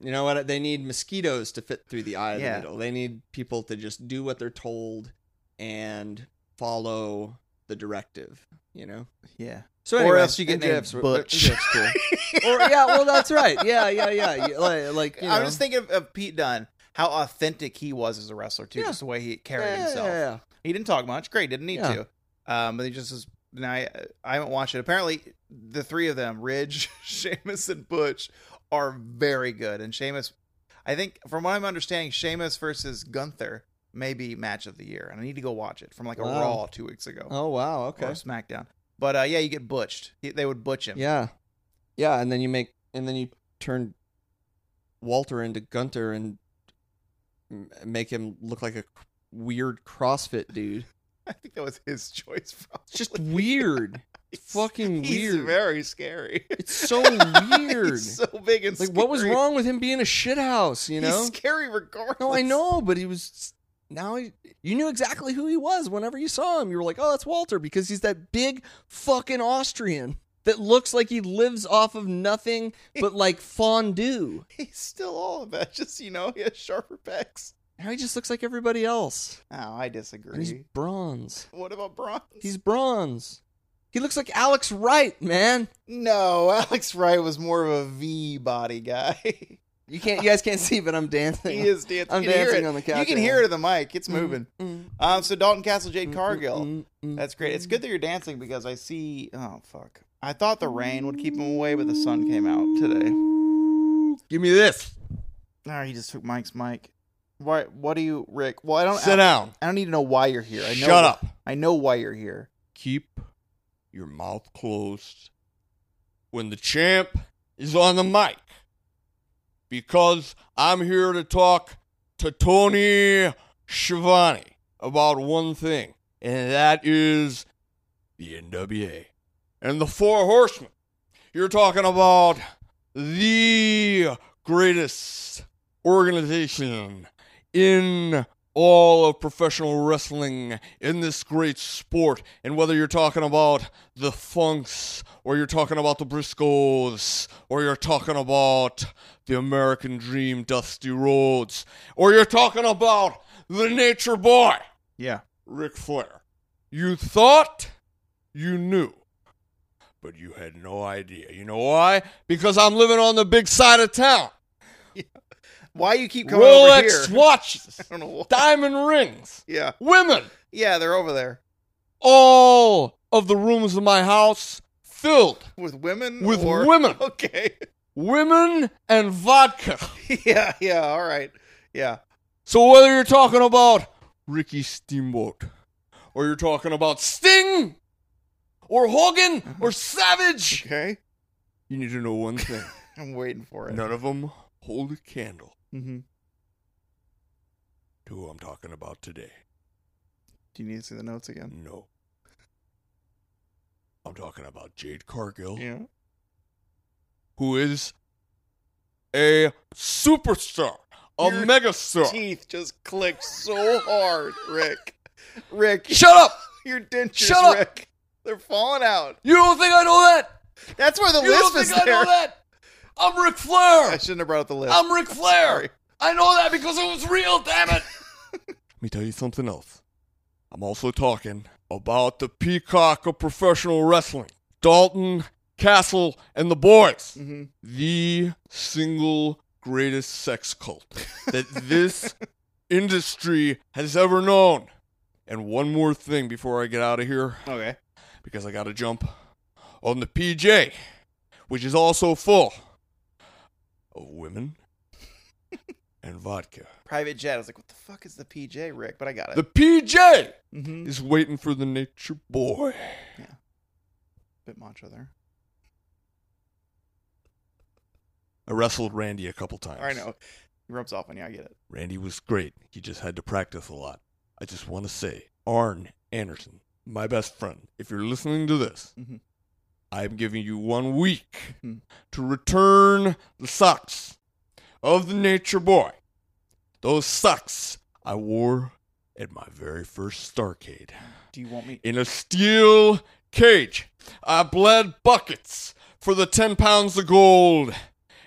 B: You know what? They need mosquitoes to fit through the eye of
C: Yeah.
B: the needle. They need people to just do what they're told and follow the directive. You know.
C: Yeah.
B: So
C: Or
B: anyway,
C: else you get named
B: MJF's
C: Butch.
B: MJF's cool. or yeah, well that's right. Yeah, yeah, yeah. You- Like, like you know.
C: I'm just thinking of, of Pete Dunne, how authentic he was as a wrestler too,
B: Yeah.
C: just the way he carried
B: Yeah,
C: himself.
B: yeah, yeah.
C: He didn't talk much. Great, didn't need
B: Yeah.
C: to. Um, but he just was. Now I, I haven't watched it. Apparently, the three of them, Ridge, Sheamus, and Butch, are very good. And Sheamus, I think, from what I'm understanding, Sheamus versus Gunther may be match of the year. And I need to go watch it from like a
B: Wow.
C: Raw two weeks ago
B: Oh wow.
C: or
B: Okay.
C: SmackDown. But uh, yeah, you get butched. He- They would butch him.
B: Yeah. Yeah, and then you make and then you turn Walter into Gunter and m- make him look like a c- weird CrossFit dude.
C: I think that was his choice. Probably.
B: It's just weird.
C: He's-
B: fucking
C: he's
B: weird.
C: very scary.
B: It's so
C: He's
B: weird.
C: so big and
B: like what was
C: scary.
B: wrong with him being a shithouse, you know?
C: He's scary regardless.
B: No, I know, but he was now he, you knew exactly who he was whenever you saw him. You were like, "Oh, that's Walter" because he's that big fucking Austrian that looks like he lives off of nothing but like fondue.
C: He's still all of that. Just you know, he has sharper pecs.
B: Now he just looks like everybody else.
C: Oh, I
B: And he's
C: disagree.
B: bronze.
C: What about Bronze?
B: He's bronze. He looks like Alex Wright, man.
C: no. Alex Wright was more of a V body guy. he
B: You can't. You guys can't see, but I'm dancing.
C: is dancing.
B: I'm
C: you can hear
B: dancing
C: it.
B: on the couch
C: You can
B: right
C: hear
B: now. Mm-hmm.
C: it in the mic. It's moving.
B: Mm,
C: Um, so Dalton Castle, Jade Cargill. That's great. It's good that you're dancing because I see. Oh fuck! I thought the rain would keep him away, but the sun came out today.
B: Give me this.
C: No, he just took Mike's mic. Why? What do you, Rick? Well, I don't.
B: Sit down.
C: I don't need to know why you're here. I know,
B: Shut up.
C: I know why you're here.
B: Keep your mouth closed when the champ is on the mic, because I'm here to talk to Tony Schiavone about one thing, and that is the NWA and the Four Horsemen. You're talking about the greatest organization in all of professional wrestling in this great sport. And whether you're talking about the Funks, or you're talking about the Briscoes, or you're talking about the American Dream Dusty Rhodes, or you're talking about the Nature Boy.
C: Yeah.
B: Ric Flair. You thought you knew, but you had no idea. You know why? Because I'm living on the big side of town.
C: Why you keep coming
B: Rolex
C: over here?
B: watches,
C: I don't know why.
B: diamond rings,
C: Yeah.
B: women.
C: Yeah, they're over there
B: All of the rooms of my house filled
C: with women.
B: With
C: or-
B: women.
C: Okay.
B: women and vodka.
C: yeah. Yeah. All right. Yeah.
B: So whether you're talking about Ricky Steamboat, or you're talking about Sting, or Hogan, or Savage,
C: Okay.
B: you need to know one thing.
C: I'm waiting for it.
B: None of them hold a candle
C: Mm-hmm.
B: to who I'm talking about today.
C: Do you need to see the notes again?
B: No. I'm talking about Jade Cargill,
C: Yeah.
B: who is a superstar, a
C: Your
B: megastar.
C: Teeth just click so hard, Rick. Rick,
B: Shut up!
C: your dentures,
B: Shut up!
C: Rick. They're falling out.
B: You don't think I know that?
C: That's where the
B: You
C: list
B: don't think
C: is
B: I
C: there.
B: know that? I'm Ric
C: I
B: Flair!
C: shouldn't have brought up the list.
B: I'm Ric Flair!
C: Sorry.
B: I know that because it was real, damn it!
E: me tell you something else. I'm also talking about the peacock of professional wrestling, Dalton Castle and the boys.
B: Mm-hmm.
E: The single greatest sex cult that this industry has ever known. And one more thing before I get out of here
C: Okay.
E: because I got to jump on the PJ, which is also full of women and vodka.
C: Private jet. I was like, what the fuck is the PJ, Rick? But I got it.
E: The PJ
C: mm-hmm.
E: is waiting for the nature boy.
C: Bit macho there.
E: I wrestled Randy a couple times.
C: I know. It rubs off on you. I get it.
E: Randy was great. He just had to practice a lot. I just want to say, Arn Anderson, my best friend, if you're listening to this,
C: Mhm.
E: I'm giving you one week
C: Mhm.
E: to return the socks of the Nature Boy. Those socks I wore at my very first Starcade
C: Do you want me?
E: in a steel cage. I bled buckets for the 10 pounds of gold.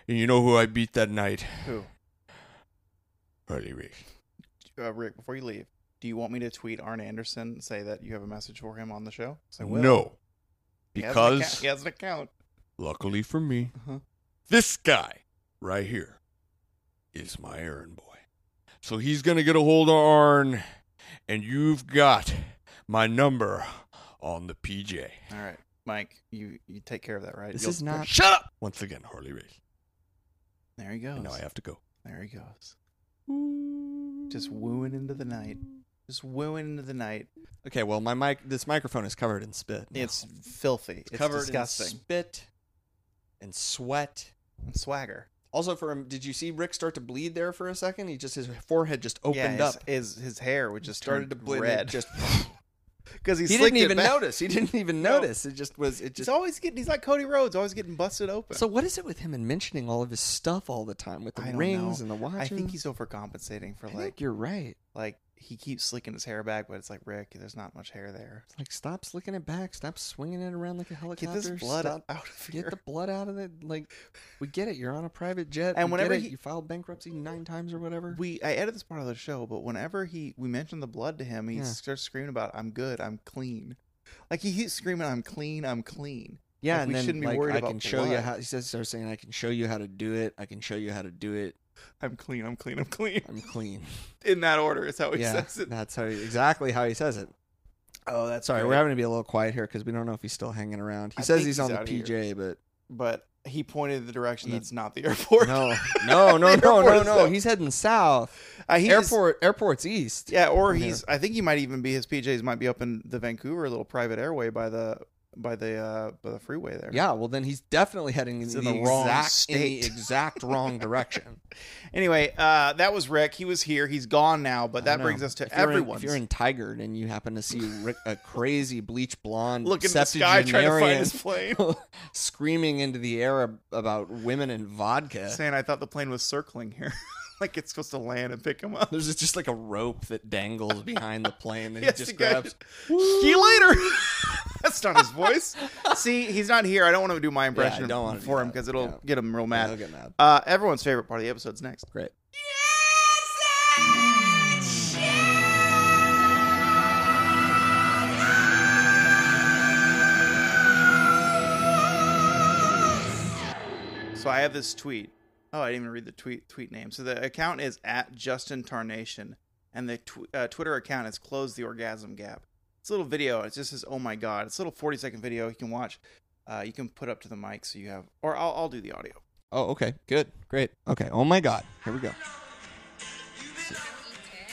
E: And you know who I beat that night?
C: Who?
E: Harley Reid.
C: Uh, Rick, before you leave, do you want me to tweet Arn Anderson and say that you have a message for him on the show? 'Cause I will.
E: No.
C: He has an account-
E: Because,
C: he has an account.
E: luckily for me,
C: Uh-huh.
E: this guy right here is my errand boy. So he's going to get a hold of Arn, and you've got my number on the PJ.
C: All right, Mike, you you take care of that, right?
B: This
C: You'll-
B: is not.
E: Shut up! Once again, Harley Race.
C: There he goes.
E: And now I have to go.
C: There he goes. Just wooing into the night. Just wooing into the night.
B: Okay, well, my mic. This microphone is covered in spit. now.
C: It's filthy. It's,
B: covered in
C: disgusting.
B: spit and sweat.
C: And swagger.
B: Also, for him, did you see Rick start to bleed there for a second? He just his forehead just opened
C: yeah, his,
B: up.
C: His, his hair would just
B: started
C: started
B: to
C: to
B: bleed. and it
C: red.
B: Just
C: because
B: he didn't even notice. He didn't even
C: No.
B: notice. It just was. It
C: He's
B: just.
C: always getting. He's like Cody Rhodes, always getting busted open.
B: So what is it with him and mentioning all of his stuff all the time with the
C: I don't
B: rings
C: know.
B: and the watch?
C: I think
B: and-
C: he's overcompensating for
B: I think
C: like
B: you're right.
C: like he keeps slicking his hair back, but it's like Rick, there's not much hair there.
B: It's like stop slicking it back. Stop swinging it around like a
C: Get
B: helicopter.
C: this blood
B: stop-
C: out of
B: Get
C: here.
B: the blood out of it. Like we get it. You're on a private jet.
C: And
B: we
C: whenever
B: get it,
C: he-
B: you filed bankruptcy nine times or whatever.
C: we I edit this part of the show, but whenever he we mention the blood to him, he
B: Yeah.
C: starts screaming about "I'm good, I'm clean," like he keeps screaming "I'm clean, I'm clean."
B: Yeah,
C: Like,
B: and
C: we
B: then
C: shouldn't be
B: like,
C: worried
B: I
C: about
B: can show you
C: blood.
B: how he says starts saying I can show you how to do it. I can show you how to do it.
C: I'm clean, I'm clean, I'm clean.
B: I'm clean.
C: In that order is how he
B: yeah,
C: says it.
B: that's how he, exactly how he says it.
C: Oh, that's
B: Sorry,
C: great.
B: we're having to be a little quiet here because we don't know if he's still hanging around. He
C: I
B: says
C: think
B: he's,
C: he's
B: on the
C: outta here.
B: PJ, but
C: but he pointed the direction
B: He-
C: that's not the airport.
B: no, no, no,
C: The
B: no,
C: airport
B: no,
C: is
B: no.
C: down.
B: He's heading south.
C: Uh, he just-
B: Airport, airport's east.
C: yeah, or
B: Yeah.
C: he's. I think he might even be his PJs might be up in the Vancouver little private airway by the by the uh by the freeway there.
B: Yeah, well then he's definitely heading
C: He's
B: in,
C: in
B: the,
C: the wrong
B: exact, in the
C: state.
B: exact wrong direction.
C: Anyway, uh, that was Rick. He was here. He's gone now, but
B: I
C: that
B: know.
C: brings us
B: If
C: to
B: you're in-
C: everyone.
B: If you're in Tigard and you happen to see Rick, a crazy bleach blonde
C: Look at the sky trying to find his plane.
B: septuagenarian screaming into the air ab- about women and vodka.
C: saying I thought the plane was circling here, like it's supposed to land and pick him up.
B: There's just like a rope that dangles behind the plane that
C: Yes,
B: he just
C: the guy
B: grabs.
C: See you later. That's not his voice. See, he's not here. I don't want to do my impression
B: don't wanna do
C: for him
B: that.
C: because it'll
B: Yeah.
C: get him real
B: Yeah,
C: mad.
B: he'll get mad.
C: Uh, everyone's favorite part of the episode's next.
B: Great.
C: So I have this tweet. Oh, I didn't even read the tweet tweet name. So the account is at Justin Tarnation, and the tw- uh, Twitter account is Close the Orgasm Gap. It's a little video. It's just says, "Oh my God!" It's a little forty second video you can watch. Uh, you can put up to the mic so you have, or I'll, I'll do the audio.
B: Oh, okay. Good. Great. Okay. Oh my God. Here we go.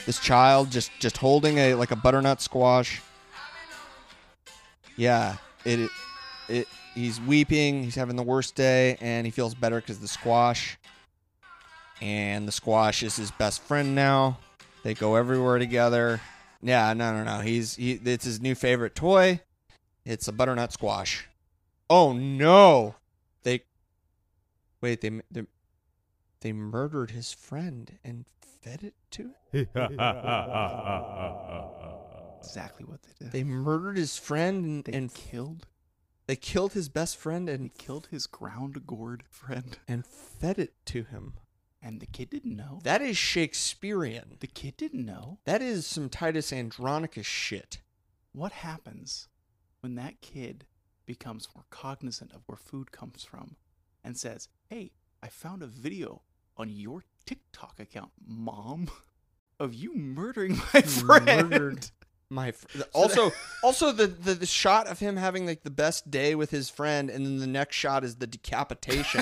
B: This child just just holding a like a butternut squash. Yeah. It. It. He's weeping. He's having the worst day, and he feels better because the squash. And the squash is his best friend now. They go everywhere together. Yeah. No. No. No. He's. He, it's his new favorite toy. It's a butternut squash. Oh no. They Wait, they they they murdered his friend and fed it to him.
C: Exactly what they did.
B: They murdered his friend and
C: They
B: they, and
C: killed.
B: they killed his best friend
C: They
B: and
C: killed his ground gourd friend.
B: and fed it to him.
C: And the kid didn't know.
B: That is Shakespearean.
C: The kid didn't know.
B: That is some Titus Andronicus shit.
C: What happens when that kid becomes more cognizant of where food comes from and says, Hey, I found a video on your TikTok account, mom, of you murdering my friend.
B: Murdered. My fr- also also the, the the shot of him having like the best day with his friend, and then the next shot is the decapitation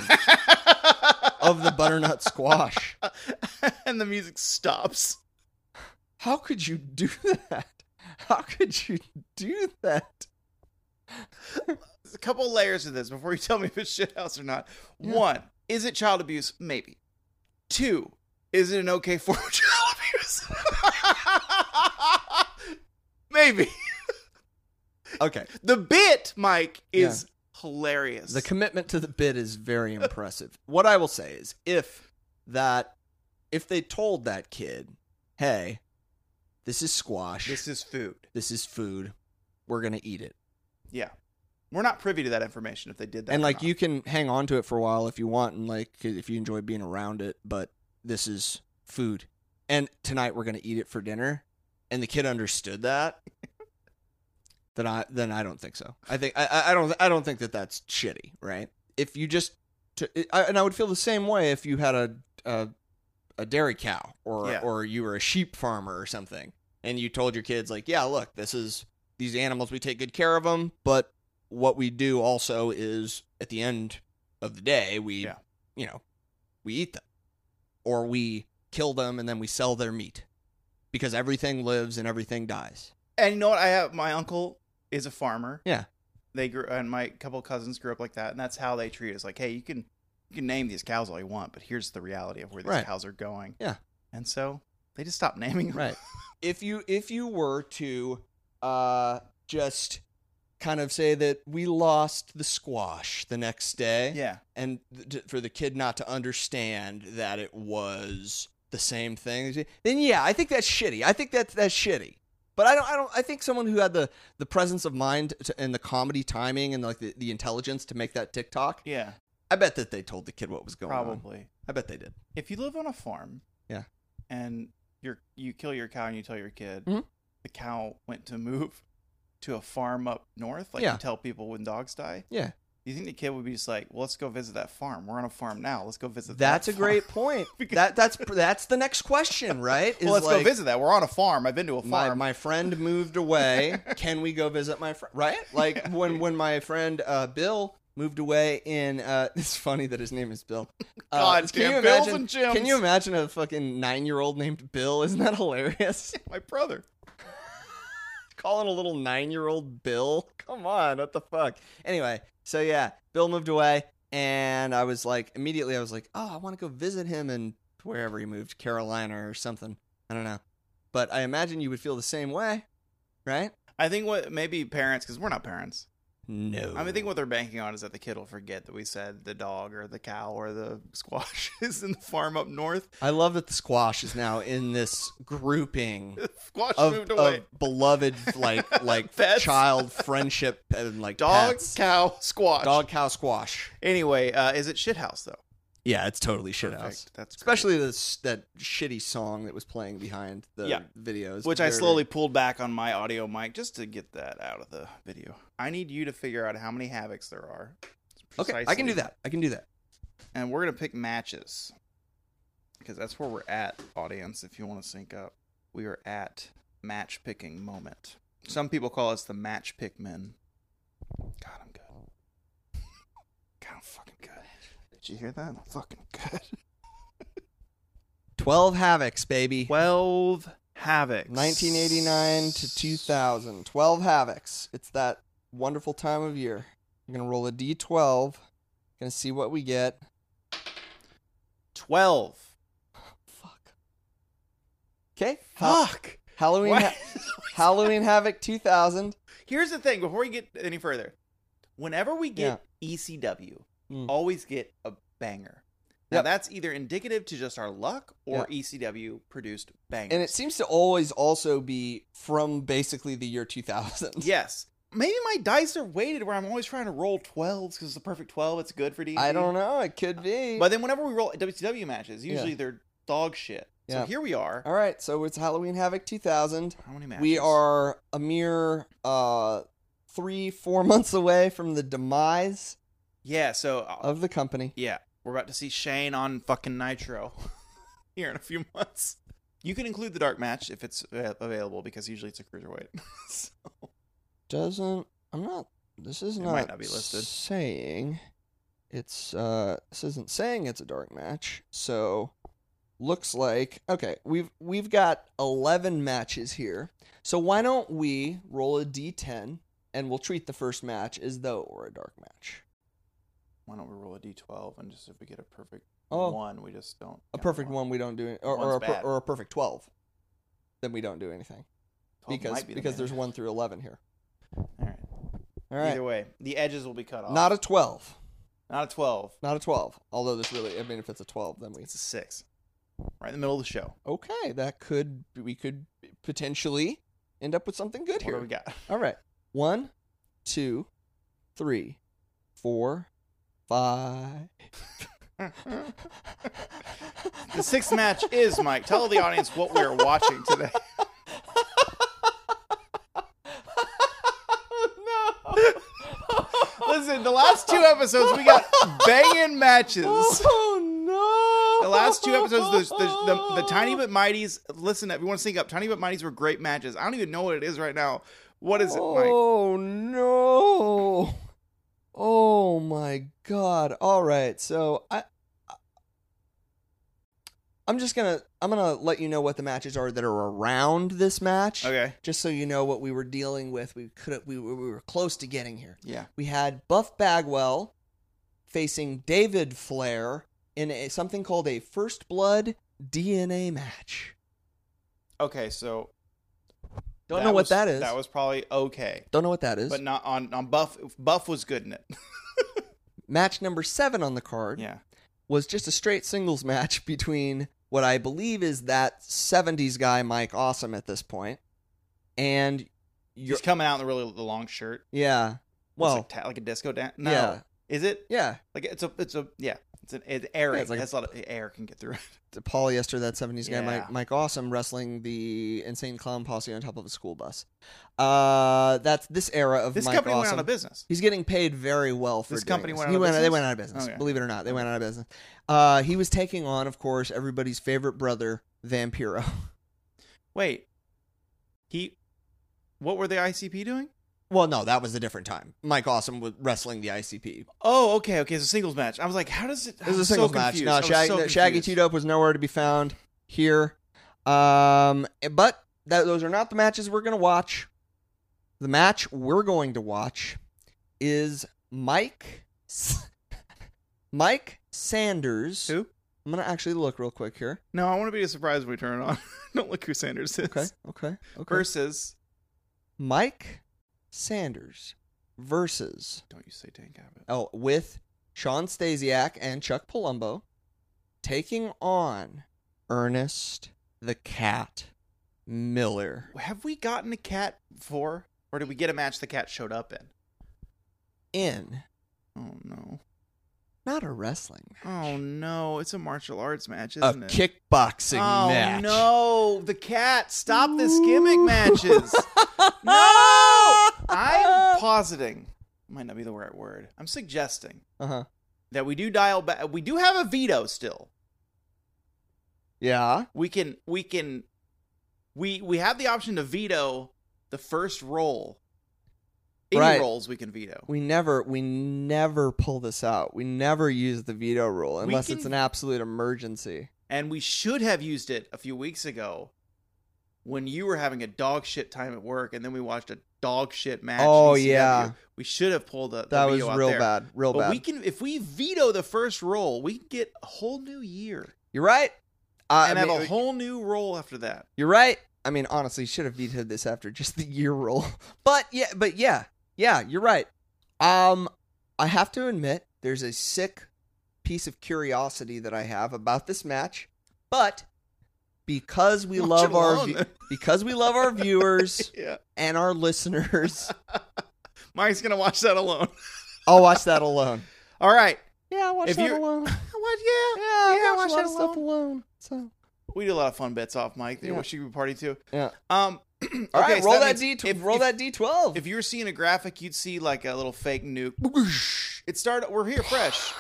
B: of the butternut squash.
C: and the music stops.
B: How could you do that? How could you do that?
C: a couple layers to this before you tell me if it's shit house or not. One, is it child abuse? Maybe. Two, is it an okay for child abuse? Maybe.
B: Okay,
C: The bit, Mike,
B: Yeah.
C: is hilarious.
B: The commitment to the bit is very impressive. what I will say is if that if they told that kid, "Hey, this is squash.
C: this is food.
B: this is food. We're going to eat it."
C: Yeah. We're not privy to that information if they did that.
B: and
C: or
B: like
C: not.
B: you can hang on to it for a while if you want and like if you enjoy being around it, but this is food. And tonight we're going to eat it for dinner. And the kid understood that. then I then I don't think so. I think I- I, I don't I don't think that that's shitty, right? If you just to, I, and I would feel the same way if you had a a, a dairy cow or
C: Yeah.
B: or you were a sheep farmer or something, and you told your kids like, yeah, look, this is these animals, we take good care of them, but what we do also is at the end of the day, we
C: Yeah.
B: you know we eat them or we kill them and then we sell their meat because everything lives and everything dies.
C: And you know what? I have my uncle is a farmer.
B: Yeah.
C: They grew and my couple cousins grew up like that, and that's how they treat us. Like, hey, you can you can name these cows all you want, but here's the reality of where these
B: Right.
C: cows are going.
B: Yeah.
C: And so they just stopped naming them.
B: Right. if you if you were to uh just kind of say that we lost the squash the next day
C: Yeah.
B: and th- t- for the kid not to understand that it was the same thing then yeah i think that's shitty i think that's that's shitty but i don't i don't i think someone who had the the presence of mind to, and the comedy timing and like the, the intelligence to make that tiktok
C: Yeah.
B: i bet that they told the kid what was going on
C: Probably.
B: i bet they did
C: If you live on a farm.
B: Yeah.
C: And you're you kill your cow and you tell your kid
B: Mhm.
C: the cow went to move to a farm up north, like
B: Yeah.
C: you tell people when dogs die.
B: yeah
C: Do you think the kid would be just like, well, let's go visit that farm. We're on a farm now. Let's go visit.
B: That's
C: that
B: a
C: farm."
B: great point.
C: Because-
B: that that's that's the next question, right? Is
C: well, let's
B: like,
C: go visit that. We're on a farm. I've been to a
B: My
C: farm.
B: my friend moved away. Can we go visit my friend? Right? Like when when my friend uh, Bill moved away in. Uh, it's funny that his name is Bill. Uh,
C: God
B: can
C: damn,
B: you
C: Bills
B: imagine?
C: and Jims.
B: Can you imagine a fucking nine year old named Bill? Isn't that hilarious?
C: my brother.
B: calling a little nine year old Bill. Come on, what the fuck? Anyway, so yeah, Bill moved away, and I was like, immediately, I was like, oh, I want to go visit him in wherever he moved, Carolina or something. I don't know. But I imagine you would feel the same way, right?
C: I think what maybe parents, because we're not parents.
B: No.
C: I mean, I think what they're banking on is that the kid will forget that we said the dog or the cow or the squash is in the farm up north.
B: I love that the squash is now in this grouping.
C: The squash
B: Of,
C: moved away.
B: of beloved like like
C: Pets.
B: child friendship and like
C: dog,
B: pets.
C: cow, squash.
B: dog cow squash
C: Anyway, uh, is it shithouse though?
B: yeah it's totally shit house
C: Perfect. That's great.
B: especially this that shitty song that was playing behind the
C: Yeah.
B: videos
C: which I
B: Very-
C: slowly pulled back on my audio mic just to get that out of the video. I need you to figure out how many havocs there are.
B: okay i can do
C: Precisely.
B: that i can do that
C: And we're gonna pick matches because that's where we're at, audience. If you want to sync up, we are at match picking moment. Some people call us the match pick men. God, I'm good. God, I'm fucking good. Did you hear that? I'm fucking good.
B: 12 havocs baby
C: Twelve havocs.
B: 1989 to 2000 12 havocs it's that wonderful time of year i'm gonna roll a d12 gonna see what we get
C: Twelve.
B: fuck okay ha-
C: Fuck.
B: halloween
C: What?
B: ha- halloween havoc 2000
C: Here's the thing. Before we get any further, whenever we get E ECW,
B: Mm.
C: always get a banger. Now
B: Yep.
C: that's either indicative to just our luck or ECW produced bangers.
B: and it seems to always also be from basically the year 2000
C: yes, Maybe my dice are weighted where I'm always trying to roll 12s because it's a perfect 12. It's good for D.
B: I don't know. It could be.
C: But then whenever we roll WCW matches, usually they're dog shit. So
B: Yeah.
C: here we are.
B: All right, so it's Halloween Havoc 2000.
C: How many matches?
B: We are a mere uh, three, four months away from the demise
C: Yeah, so uh,
B: of the company.
C: yeah, we're about to see Shane on fucking Nitro here in a few months. You can include the dark match if it's uh, available because usually it's a cruiserweight. So-
B: Doesn't I'm not. This is
C: It
B: not,
C: might not be listed.
B: Saying it's uh, this isn't saying it's a dark match. So looks like okay. We've we've got eleven matches here. So why don't we roll a d10 and we'll treat the first match as though it were a dark match.
C: Why don't we roll a d12 and just if we get a perfect
B: Oh.
C: one, we just don't.
B: A
C: count
B: perfect
C: the
B: one we don't do, or, or
C: One's
B: a per,
C: bad.
B: or a perfect twelve, then we don't do anything
C: 12
B: because
C: might be the
B: because
C: main
B: there's
C: event.
B: one through eleven here.
C: All right.
B: All right,
C: Either way, the edges will be cut off.
B: not a twelve,
C: not a 12.
B: not a twelve. Although there's really, I mean, if it's a twelve, then we
C: It's a six. Right in the middle of the show.
B: okay. That could we could potentially end up with something good
C: What do
B: here.
C: we got?
B: All right, one, two, three, four, five.
C: The sixth match is Mike. Tell the audience what we are watching today. Listen, the last two episodes we got banging matches.
B: Oh no!
C: The last two episodes, there's, there's the, the Tiny But Mighties. Listen, everyone, sync up. Tiny But Mighties were great matches. I don't even know what it is right now. What is it, Mike?
B: Oh no! Oh my god! All right, so I, I- I'm just gonna I'm gonna let you know what the matches are that are around this match,
C: Okay.
B: just so you know what we were dealing with. We could we were- we were close to getting here.
C: Yeah.
B: We had Buff Bagwell facing David Flair in a, something called a First Blood DNA match.
C: Okay, so
B: Don't
C: that
B: know what
C: was-
B: that is.
C: That was probably okay,
B: Don't know what that is.
C: but not on on Buff. Buff was good in it.
B: match number seven on the card.
C: yeah.
B: was just a straight singles match between what I believe is that 70s guy Mike Awesome at this point and your
C: He's coming out in the really the long shirt.
B: yeah
C: Well,
B: well
C: like, ta- like a disco dance. No,
B: yeah
C: is it
B: yeah
C: like it's a it's a yeah it's an it's air.
B: Yeah,
C: That's
B: it's like a-
C: a lot of air can get through.
B: the polyester that 70s guy
C: Yeah.
B: Mike Mike Awesome wrestling the insane clown posse on top of a school bus uh that's this era of
C: This
B: Mike
C: company
B: Awesome
C: went out of business.
B: He's getting paid very well for
C: This
B: doing
C: company
B: this.
C: went
B: He
C: out of
B: They
C: business?
B: went out of business.
C: Okay.
B: Believe it or not, they went out of business. Uh, he was taking on, of course, everybody's favorite brother, Vampiro.
C: Wait, he, what were the ICP doing?
B: Well, no, that was a different time. Mike Awesome was wrestling the ICP.
C: Oh, okay, okay. It's a singles match. I was like, how does it?
B: It was a singles match. No, Shag- no, Shaggy Two
C: Tudo.
B: Dope was nowhere to be found here. Um, but that, those are not the matches we're going to watch. The match we're going to watch is Mike S- Mike Sanders.
C: Who?
B: I'm going to actually look real quick here.
C: No, I want to be surprised when we turn it on. Don't look who Sanders is.
B: Okay, okay, okay.
C: Versus.
B: Mike Sanders versus
C: Don't you say Tank Abbott?
B: Oh, with Sean Stasiak and Chuck Palumbo taking on Ernest the Cat Miller.
C: Have we gotten a cat before, or did we get a match the cat showed up in?
B: In
C: Oh no!
B: not a wrestling match,
C: Oh no! It's a martial arts match,
B: a
C: isn't it?
B: kickboxing
C: oh
B: match.
C: no! The cat! Stop this gimmick matches.
B: no!
C: I'm positing. Might not be the right word. I'm suggesting
B: Uh huh.
C: that we do dial back. We do have a veto still.
B: Yeah.
C: We can. We can. We we have the option to veto the first roll. Any
B: Right.
C: rolls we can veto.
B: We never, we never pull this out. We never use the veto rule
C: We
B: unless
C: can-
B: it's an absolute emergency.
C: and we should have used it a few weeks ago when you were having a dog shit time at work, and then we watched a dog shit match. in
B: Oh,
C: ECW.
B: yeah.
C: we should have pulled the, the
B: That was
C: veto out
B: real
C: there.
B: bad, real
C: But
B: bad.
C: we can, if we veto the first roll, we can get a whole new year
B: You're right. Uh, I,
C: and
B: I mean,
C: have a whole new roll after that.
B: You're right. I mean, honestly, should have vetoed this after just the year roll. But yeah, but yeah, yeah, you're right. Um, I have to admit, there's a sick piece of curiosity that I have about this match, but because we
C: Watch
B: love
C: it
B: our
C: alone,
B: vi-
C: then.
B: because we love our viewers
C: Yeah,
B: and our listeners,
C: Mike's gonna watch that alone.
B: I'll watch that alone.
C: All right.
B: Yeah, I'll watch
C: If
B: that
C: you're-
B: alone. Yeah,
C: What? Yeah.
B: I'll watch,
C: watch that
B: that stuff alone. So
C: We do a lot of fun bets off Mike.
B: Yeah.
C: Yeah. Wish you could party too.
B: yeah.
C: Um.
B: All right,
C: okay, so
B: roll that,
C: means
B: D tw-
C: if-
B: roll
C: if-
B: that D twelve.
C: If you were seeing a graphic, you'd see like a little fake nuke. It started. We're here fresh.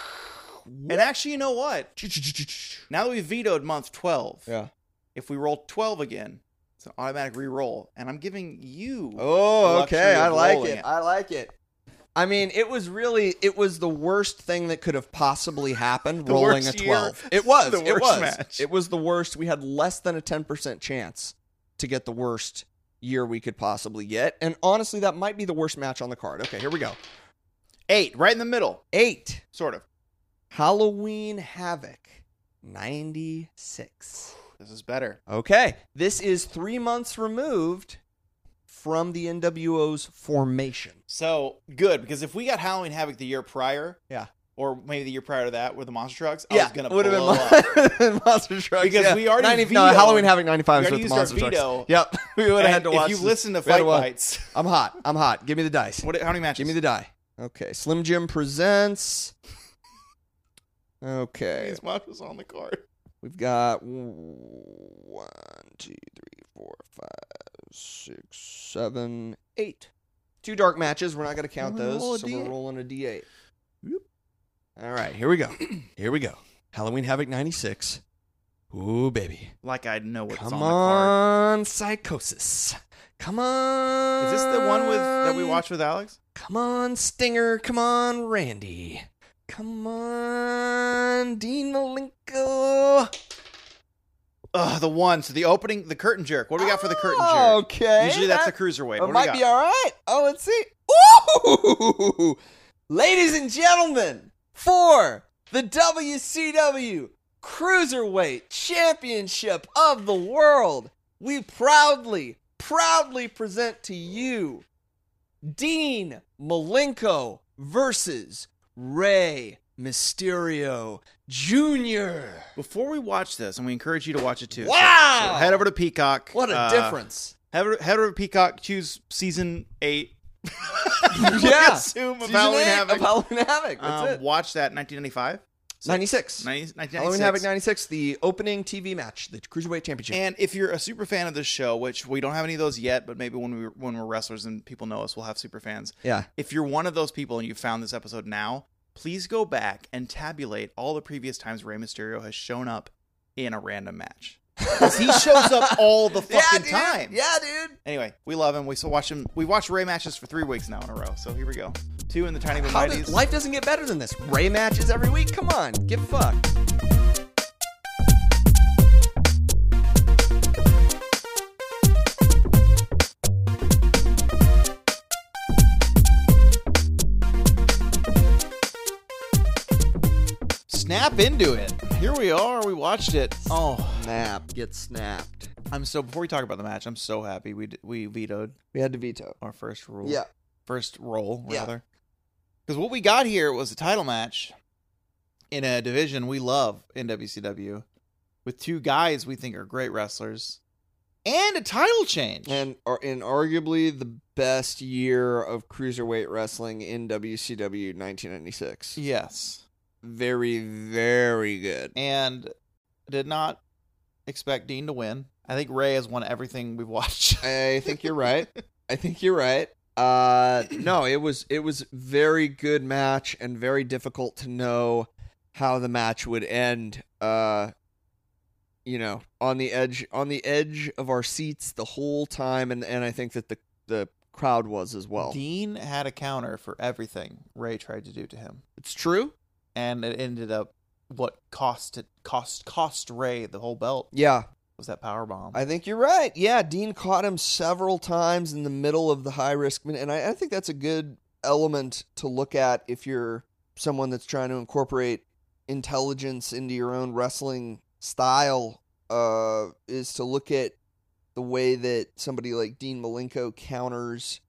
C: and actually, you know what? Now that we vetoed month twelve,
B: Yeah.
C: if we roll twelve again, it's an automatic re-roll. And I'm giving you.
B: Oh,
C: luxury
B: okay.
C: of
B: I like
C: rolling
B: it.
C: it.
B: I like it. I mean, it was really it was the worst thing that could have possibly happened.
C: The
B: rolling a
C: worst year.
B: twelve. It was.
C: The
B: it
C: worst
B: was.
C: match.
B: It was the worst. We had less than a ten percent chance to get the worst year we could possibly get, and honestly, that might be the worst match on the card. Okay, here we go.
C: Eight, right in the middle,
B: Eight.
C: sort of.
B: Halloween Havoc. Ninety six.
C: This is better.
B: Okay, this is three months removed from the NWO's formation.
C: So good because if we got Halloween Havoc the year prior,
B: Yeah.
C: or maybe the year prior to that, with the monster trucks, I
B: yeah,
C: was gonna blow
B: would have been,
C: up.
B: mon- monster trucks
C: Because
B: yeah.
C: we already
B: 90 no
C: vetoed-
B: Halloween Havoc ninety
C: We
B: five is
C: already
B: with the
C: used our
B: monster trucks.
C: veto.
B: Yep, we would have
C: And
B: had to
C: if
B: watch.
C: you
B: this.
C: listen to
B: We had
C: Fight
B: watch-
C: Bites,
B: I'm hot. I'm hot. Give me the dice.
C: what? How many matches?
B: Give me the die. Okay, Slim Jim presents. Okay,
C: These matches on the card.
B: we've got one, two, three, four, five, six, seven, eight. Two dark matches. We're not going to count
C: Wanna
B: those,
C: roll a
B: so
C: D8?
B: we're rolling a D8. All right, here we go. Here we go. Halloween Havoc '96. Ooh, baby.
C: Like I know what's
B: Come
C: on,
B: on,
C: the card.
B: psychosis. Come on.
C: Is this the one with that
B: Um,
C: we watched with Alex?
B: Come on, Stinger. Come on, Randy. Come on, Dean Malenko.
C: Ugh, the one. So the opening, the curtain jerk. What do we got for the curtain jerk?
B: Okay.
C: Usually that's a
B: Oh, that-
C: cruiserweight. What
B: It
C: do
B: might
C: we
B: be
C: got?
B: all right. Oh, let's see. Ooh! Ladies and gentlemen, for the WCW Cruiserweight Championship of the World, we proudly, proudly present to you Dean Malenko versus Ray Mysterio Jr.
C: Before we watch this, and we encourage you to watch it too. so-
B: Wow!
C: so head over to Peacock.
B: What a
C: Uh,
B: difference.
C: Head over, head over to Peacock. Choose season eight. We
B: Yeah.
C: Assume of
B: Season
C: Halloween
B: eight
C: Havoc.
B: of Halloween Havoc. That's
C: Um,
B: it.
C: Watch that 1995.
B: 96.
C: 90, 1996.
B: Halloween Havoc 96, the opening TV match, the Cruiserweight Championship.
C: And if you're a super fan of this show, which we don't have any of those yet, but maybe when we when we're wrestlers and people know us, we'll have super fans.
B: yeah.
C: If you're one of those people and you found this episode now, please go back and tabulate all the previous times Rey Mysterio has shown up in a random match. 'Cause he shows up all the fucking time.
B: Yeah, dude.
C: Anyway, we love him. We still watch him. We watch Ray matches for three weeks now in a row. So here we go. Two in the tiny but
B: How does,
C: mighties.
B: life doesn't get better than this. Ray matches every week. Come on, get fucked.
C: Snap into it. Here we are. We watched it. Oh,
B: Snap. Get snapped.
C: I'm so. Before we talk about the match, I'm so happy we d- we vetoed
B: We had to veto.
C: our first rule.
B: Yeah.
C: First roll,
B: Yeah.
C: rather. Because what we got here was a title match in a division we love in WCW with two guys we think are great wrestlers and a title change.
B: And are in arguably the best year of cruiserweight wrestling in WCW 1996.
C: yes.
B: Very, very good.
C: and did not expect Dean to win. I think Ray has won everything we've watched.
B: I think you're right. I think you're right. Uh, no, it was it was very good match and very difficult to know how the match would end. Uh, you know, on the edge on the edge of our seats the whole time, and and I think that the the crowd was as well.
C: Dean had a counter for everything Ray tried to do to him,
B: It's true.
C: and it ended up what cost it cost cost Ray the whole belt
B: Yeah,
C: was that power bomb.
B: I think you're right. Yeah, Dean caught him several times in the middle of the high risk, min- and I, I think that's a good element to look at if you're someone that's trying to incorporate intelligence into your own wrestling style. Uh, is to look at the way that somebody like Dean Malenko counters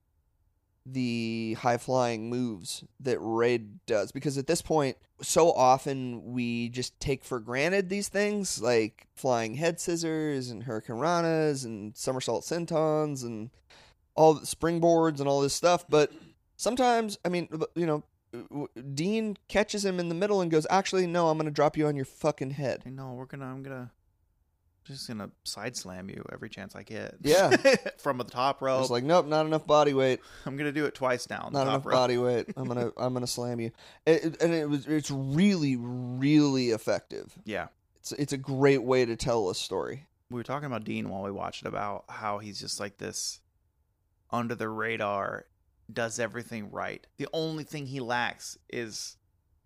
B: the high flying moves that Raid does. Because at this point, so often we just take for granted these things like flying head scissors and hurricane ranas and somersault sentons and all the springboards and all this stuff. But Sometimes, I mean, but, you know, w- Dean catches him in the middle and goes, "Actually, no, I'm going to drop you on your fucking head."
C: I know we're gonna. I'm gonna. Just gonna side slam you every chance I get.
B: Yeah.
C: from the top rope.
B: It's like, nope, not enough body weight.
C: I'm gonna do it twice now. On
B: not
C: the top
B: enough
C: rope.
B: body weight. I'm gonna I'm gonna slam you. It- it- and it was it's really really effective.
C: Yeah.
B: It's it's a great way to tell a story.
C: we were talking about Dean while we watched about how he's just like this under the radar, does everything right. The only thing he lacks is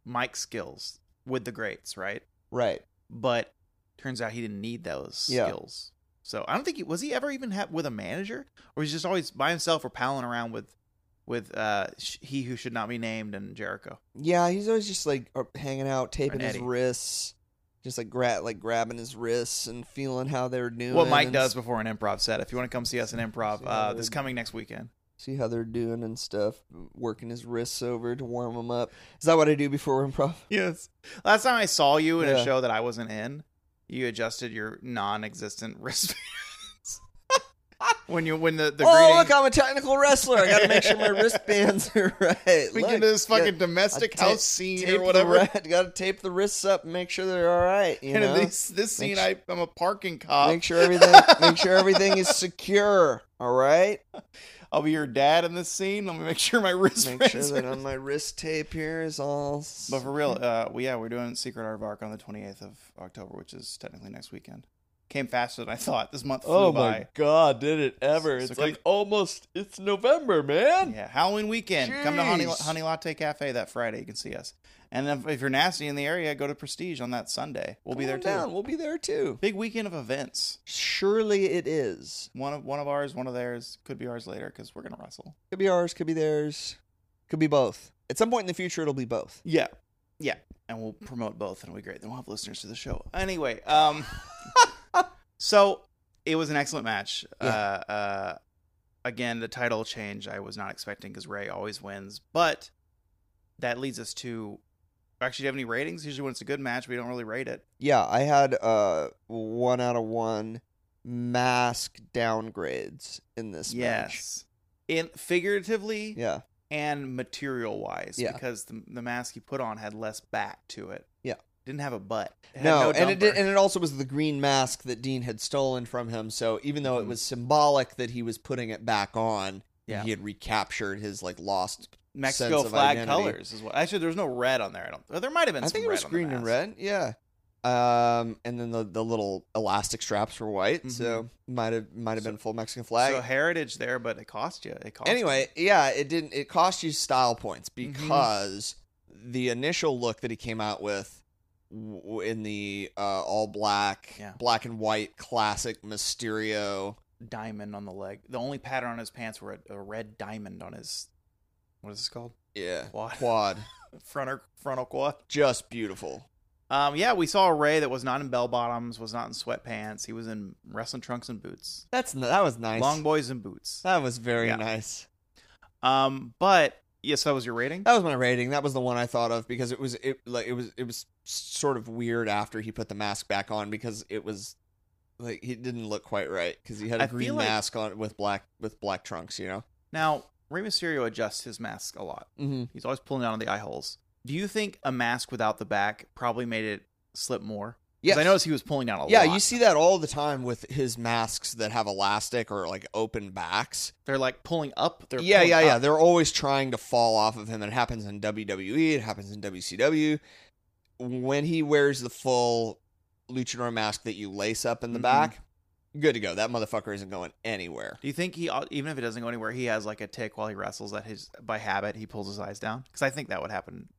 C: mic skills with the greats, right?
B: Right.
C: But turns out he didn't need those
B: Yeah.
C: skills. So I don't think he was he ever even ha- with a manager, or he's just always by himself or palling around with with uh sh- he who should not be named and Jericho.
B: Yeah, he's always just like uh, hanging out, taping his
C: Eddie.
B: wrists, just like gra- like grabbing his wrists and feeling how they're doing.
C: What Mike
B: and
C: does
B: s-
C: before an improv set. If you want to come see us in improv, uh, this coming next weekend.
B: See how they're doing and stuff. Working his wrists over to warm them up. Is that what I do before improv?
C: Yes. Last time I saw you in
B: Yeah.
C: a show that I wasn't in, you adjusted your non-existent wristbands. when you when the the
B: oh,
C: greeting,
B: look, I'm a technical wrestler. I got to make sure my wristbands are right.
C: we
B: look,
C: get into this
B: yeah.
C: fucking domestic
B: I ta-
C: house scene
B: tape
C: or
B: the
C: whatever.
B: ri- gotta tape the wrists up and make sure they're all right. You
C: and
B: know,
C: this this scene,
B: Make
C: I, I'm a parking cop.
B: make sure everything make sure everything is secure. All right,
C: I'll be your dad in this scene. Let me make sure my wristbands.
B: make sure that
C: are-
B: on my wrist tape here is all. s-
C: But for real, uh, well, yeah, we're doing Secret Art of Arc on the 28th of October, which is technically next weekend. Came faster than I thought. This month flew
F: Oh
C: by.
F: my god, did it ever?
C: So
F: It's
C: come-
F: like almost it's November, man.
C: Yeah, Halloween weekend. Come to Honey,
F: Jeez.
C: Honey Latte Cafe that Friday. You can see us. And if, if you're nasty in the area, go to Prestige on that Sunday. We'll be
B: Come
C: there
B: on down.
C: too.
B: We'll be there too.
C: Big weekend of events.
B: Surely it is.
C: One of one of ours, one of theirs. Could be ours later because we're gonna wrestle.
B: Could be ours. Could be theirs. Could be both. At some point in the future, it'll be both.
C: Yeah, yeah. And we'll promote both, and it'll be great. Then we'll have listeners to the show. Anyway, um, so it was an excellent match. Uh, uh, again, the title change I was not expecting because Ray always wins, but that leads us to. Actually, do you have any ratings? Usually, when it's a good match, we don't really rate it.
B: Yeah, I had uh one out of one mask downgrades in this match.
C: Yes. In figuratively
B: Yeah.
C: and material wise,
B: Yeah.
C: because the, the mask he put on had less back to it.
B: Yeah.
C: Didn't have a butt. It had
B: no, and it did,
C: dumper.
B: and it also was the green mask that Dean had stolen from him. So even though it
C: Mhm.
B: was symbolic that he was putting it back on,
C: Yeah.
B: he had recaptured his like lost.
C: Mexico
B: sense of
C: flag
B: identity.
C: colors is what. Actually, there was no red on there. I don't. well, There might have been.
B: I
C: some
B: think it was
C: red on the
B: green and
C: mask.
B: red. Yeah. Um, and then the, the little elastic straps were white, so might have might have been full Mexican flag.
C: Mm-hmm. So heritage there, but it cost you. It cost.
B: anyway, yeah, it didn't. It cost you style points
C: Mm-hmm.
B: because the initial look that he came out with w- in the uh, all black,
C: Yeah.
B: black and white classic Mysterio.
C: you. diamond on the leg. The only pattern on his pants were a, a red diamond on his. What is this called?
B: Yeah.
C: Quad.
B: Quad.
C: Frontal frontal quad.
B: Just beautiful.
C: Um, yeah, we saw a Ray that was not in bell bottoms, was not in sweatpants. He was in wrestling trunks and boots,
B: That's n- that was nice.
C: long boys and boots.
B: that was very
C: Yeah.
B: nice.
C: Um, but yes, that was your rating.
B: That was my rating. That was the one I thought of because it was it like it was it was sort of weird after he put the mask back on because it was like he didn't look quite right because he had a
C: I feel
B: green
C: like-
B: mask on with black with black trunks. You know.
C: Now, Rey Mysterio adjusts his mask a lot.
B: Mm-hmm.
C: He's always pulling down on the eye holes. Do you think a mask without the back probably made it slip more?
B: Yes.
C: I noticed he was pulling down a
B: Yeah,
C: lot.
B: you see that all the time with his masks that have elastic or like open backs.
C: they're like pulling up. They're
B: yeah,
C: pulling
B: yeah, yeah.
C: up.
B: They're always trying to fall off of him. It happens in WWE. It happens in WCW. When he wears the full luchador mask that you lace up in the
C: Mhm.
B: back, good to go. That motherfucker isn't going anywhere.
C: Do you think he, uh, even if it doesn't go anywhere, he has like a tick while he wrestles that his by habit he pulls his eyes down? Because I think that would happen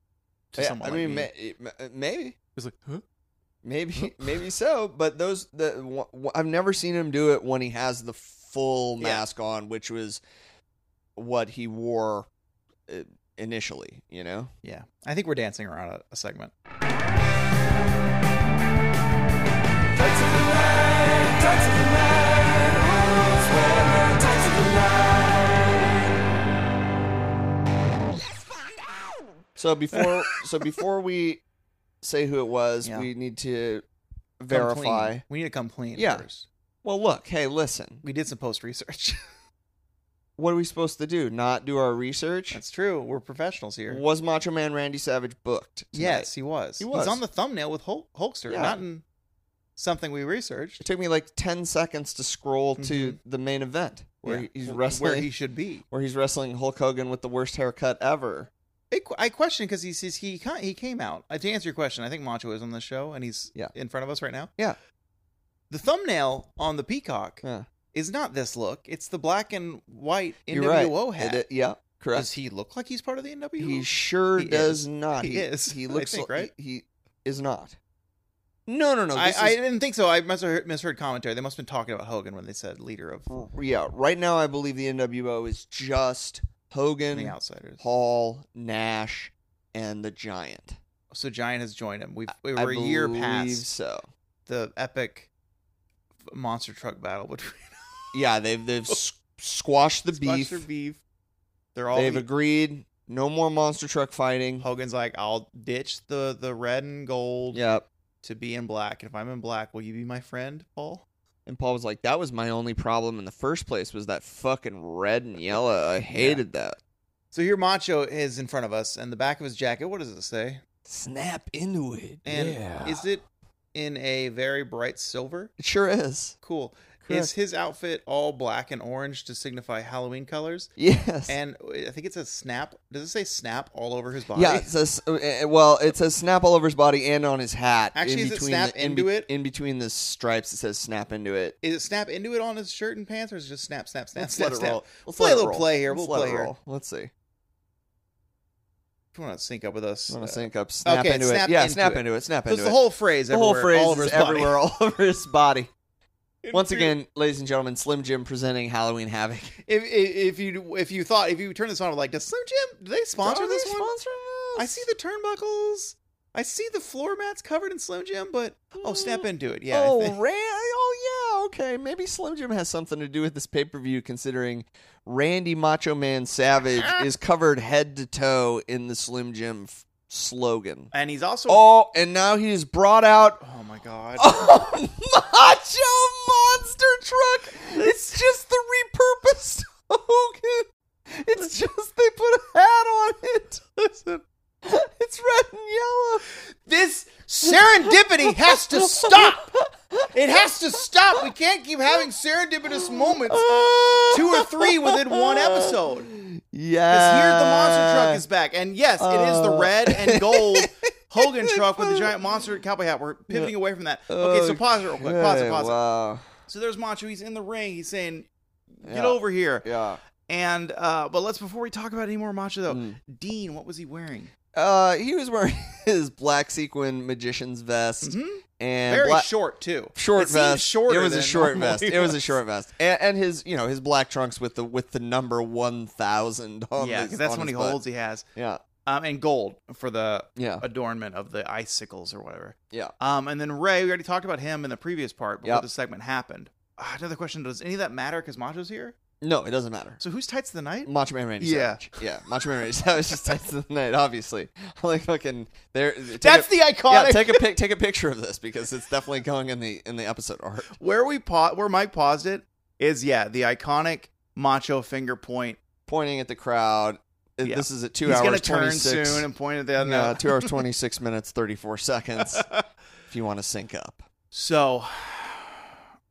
C: to
B: Yeah,
C: someone.
B: I
C: like
B: mean,
C: me.
B: ma- it- ma- maybe,
C: It's like, huh?
B: maybe, maybe so. But those, the w- w- I've never seen him do it when he has the full
C: Yeah.
B: mask on, which was what he wore uh, initially. You know,
C: Yeah, I think we're dancing around a, a segment.
B: So before so before we say who it was,
C: Yeah.
B: we need to
C: Come clean.
B: verify.
C: We need to come clean
B: Yeah.
C: first.
B: Well, look, hey, listen.
C: We did some post research.
B: what are we supposed to do? Not do our research?
C: That's true. We're professionals here.
B: Was Macho Man Randy Savage booked? tonight?
C: Yes, he was.
B: He was.
C: He's on the thumbnail with Hulk- Hulkster,
B: Yeah.
C: not in something we researched.
B: It took me like ten seconds to scroll to the main event where
C: Mm-hmm. Yeah.
B: he's
C: Wh-
B: wrestling,
C: Where he should be.
B: where he's wrestling Hulk Hogan with the worst haircut ever.
C: I qu- I question because he says he ca- he came out uh, to answer your question. I think Macho is on the show and he's
B: Yeah.
C: in front of us right now.
B: Yeah.
C: The thumbnail on the peacock
B: Yeah.
C: is not this look. It's the black and white
B: You're
C: NWO
B: right.
C: hat.
B: It- yeah, correct.
C: Does he look like he's part of the NWO?
B: He sure
C: He
B: does
C: is.
B: not.
C: He is,
B: He
C: I
B: looks
C: think,
B: like
C: right?
B: he, he is not. No, no, no.
C: I,
B: This
C: I
B: is,
C: didn't think so. I must have heard, misheard commentary. They must have been talking about Hogan when they said leader of
B: yeah, right now I believe the NWO is just
C: the
B: Hogan,
C: Outsiders.
B: Hall, Nash, and the Giant.
C: So Giant has joined him. We've, we
B: I
C: were a year
B: believe
C: past
B: So
C: the epic f- monster truck battle between
B: yeah, they've they've s- squashed the beef.
C: Buster Beef. They're all
B: They've agreed no more monster truck fighting.
C: Hogan's like, I'll ditch the the red and gold
B: Yep.
C: to be in black. If I'm in black, will you be my friend, Paul?
B: And Paul was like, "That was my only problem in the first place was that fucking red and yellow. I hated that."
C: So here Macho is in front of us, and the back of his jacket. What does it say?
G: Snap into it.
C: And
G: yeah.
C: is it in a very bright silver?
B: It sure is.
C: Cool. Is his outfit all black and orange to signify Halloween colors?
B: Yes.
C: And I think it says snap. Does it say snap all over his body?
B: Yeah, it says uh, uh, well, it says snap all over his body and on his hat.
C: Actually, is it snap
B: in
C: into it?
B: In between the stripes, it says snap into it.
C: Is it snap into it on his shirt and pants, or is it just snap, snap, snap,
B: Let's
C: snap,
B: let it
C: snap?
B: roll.
C: We'll
B: Let's
C: play
B: let
C: a
B: it
C: little
B: roll.
C: play here.
B: Let's let
C: we'll play
B: it
C: here.
B: roll. Let's see.
C: If you want to sync up with us?
B: I want
C: uh,
B: to sync up. Snap
C: okay,
B: into
C: snap
B: it. Yeah,
C: into
B: snap
C: it.
B: into it. Snap
C: That's
B: into
C: the
B: it.
C: whole phrase.
B: the whole
C: everywhere,
B: phrase
C: all over
B: is
C: his body.
B: everywhere, all over his body. Once again, ladies and gentlemen, Slim Jim presenting Halloween Havoc.
C: If, if if you if you thought if you turn this on, like does Slim Jim? Do they sponsor
B: Are they
C: this one?
B: sponsoring
C: I
B: us?
C: see the turnbuckles. I see the floor mats covered in Slim Jim, but oh, snap into it. Yeah. I
B: oh,
C: think-
B: Ran- oh, yeah. Okay. Maybe Slim Jim has something to do with this pay per view, considering Randy Macho Man Savage is covered head to toe in the Slim Jim f- slogan.
C: And he's also. Oh,
B: Oh, and now he is brought out.
C: my god.
B: Oh, Macho Monster Truck! It's just the repurposed Hogan. It's just they put a hat on it. Listen, it's red and yellow.
C: This serendipity has to stop. It has to stop. We can't keep having serendipitous moments, two or three within one episode. Because
B: Yeah.
C: here the monster
B: Uh,
C: truck is back, and yes, it is the
B: oh.
C: red and gold Hogan truck with the giant monster cowboy hat. We're pivoting away from that.
B: Oh,
C: Okay, so pause it real quick. Pause it. Pause it.
B: Wow.
C: So there's Macho. He's in the ring. He's saying, "Get
B: Yeah.
C: over here."
B: Yeah.
C: And uh, but let's before we talk about any more Macho though,
B: Mm.
C: Dean, what was he wearing?
B: Uh, he was wearing his black sequin magician's vest
C: Mhm.
B: and
C: Very
B: black-
C: short too.
B: short
C: it seemed
B: vest.
C: Shorter
B: it was a
C: than
B: short
C: normal
B: vest.
C: he
B: It was a
C: was.
B: short vest, and, and his you know his black trunks with the with the number one thousand on.
C: Yeah,
B: the-
C: 'cause that's
B: on
C: when he
B: his butt.
C: holds. He has
B: Yeah,
C: um and gold for the
B: yeah,
C: adornment of the icicles or whatever.
B: yeah.
C: Um, and then Ray, we already talked about him in the previous part before
B: Yep.
C: the segment happened. Ah, Another question: Does any of that matter? Because Macho's here.
B: No, it doesn't matter.
C: So who's tights of the night?
B: Macho Man Randy
C: Yeah.
B: Savage. Yeah, Macho Man Randy Savage just types of the night. Obviously, like fucking there. take
C: That's
B: a-
C: the iconic.
B: yeah. Take a pic. Take a picture of this because it's definitely going in the in the episode art.
C: where we pa- where Mike paused it is yeah the iconic Macho finger point.
B: Pointing at the crowd. Uh,
C: Yeah.
B: This is at two
C: He's
B: hours
C: gonna turn
B: 26
C: soon and point at the other.
B: Yeah, two hours twenty six minutes thirty four seconds. if you want to sync up,
C: So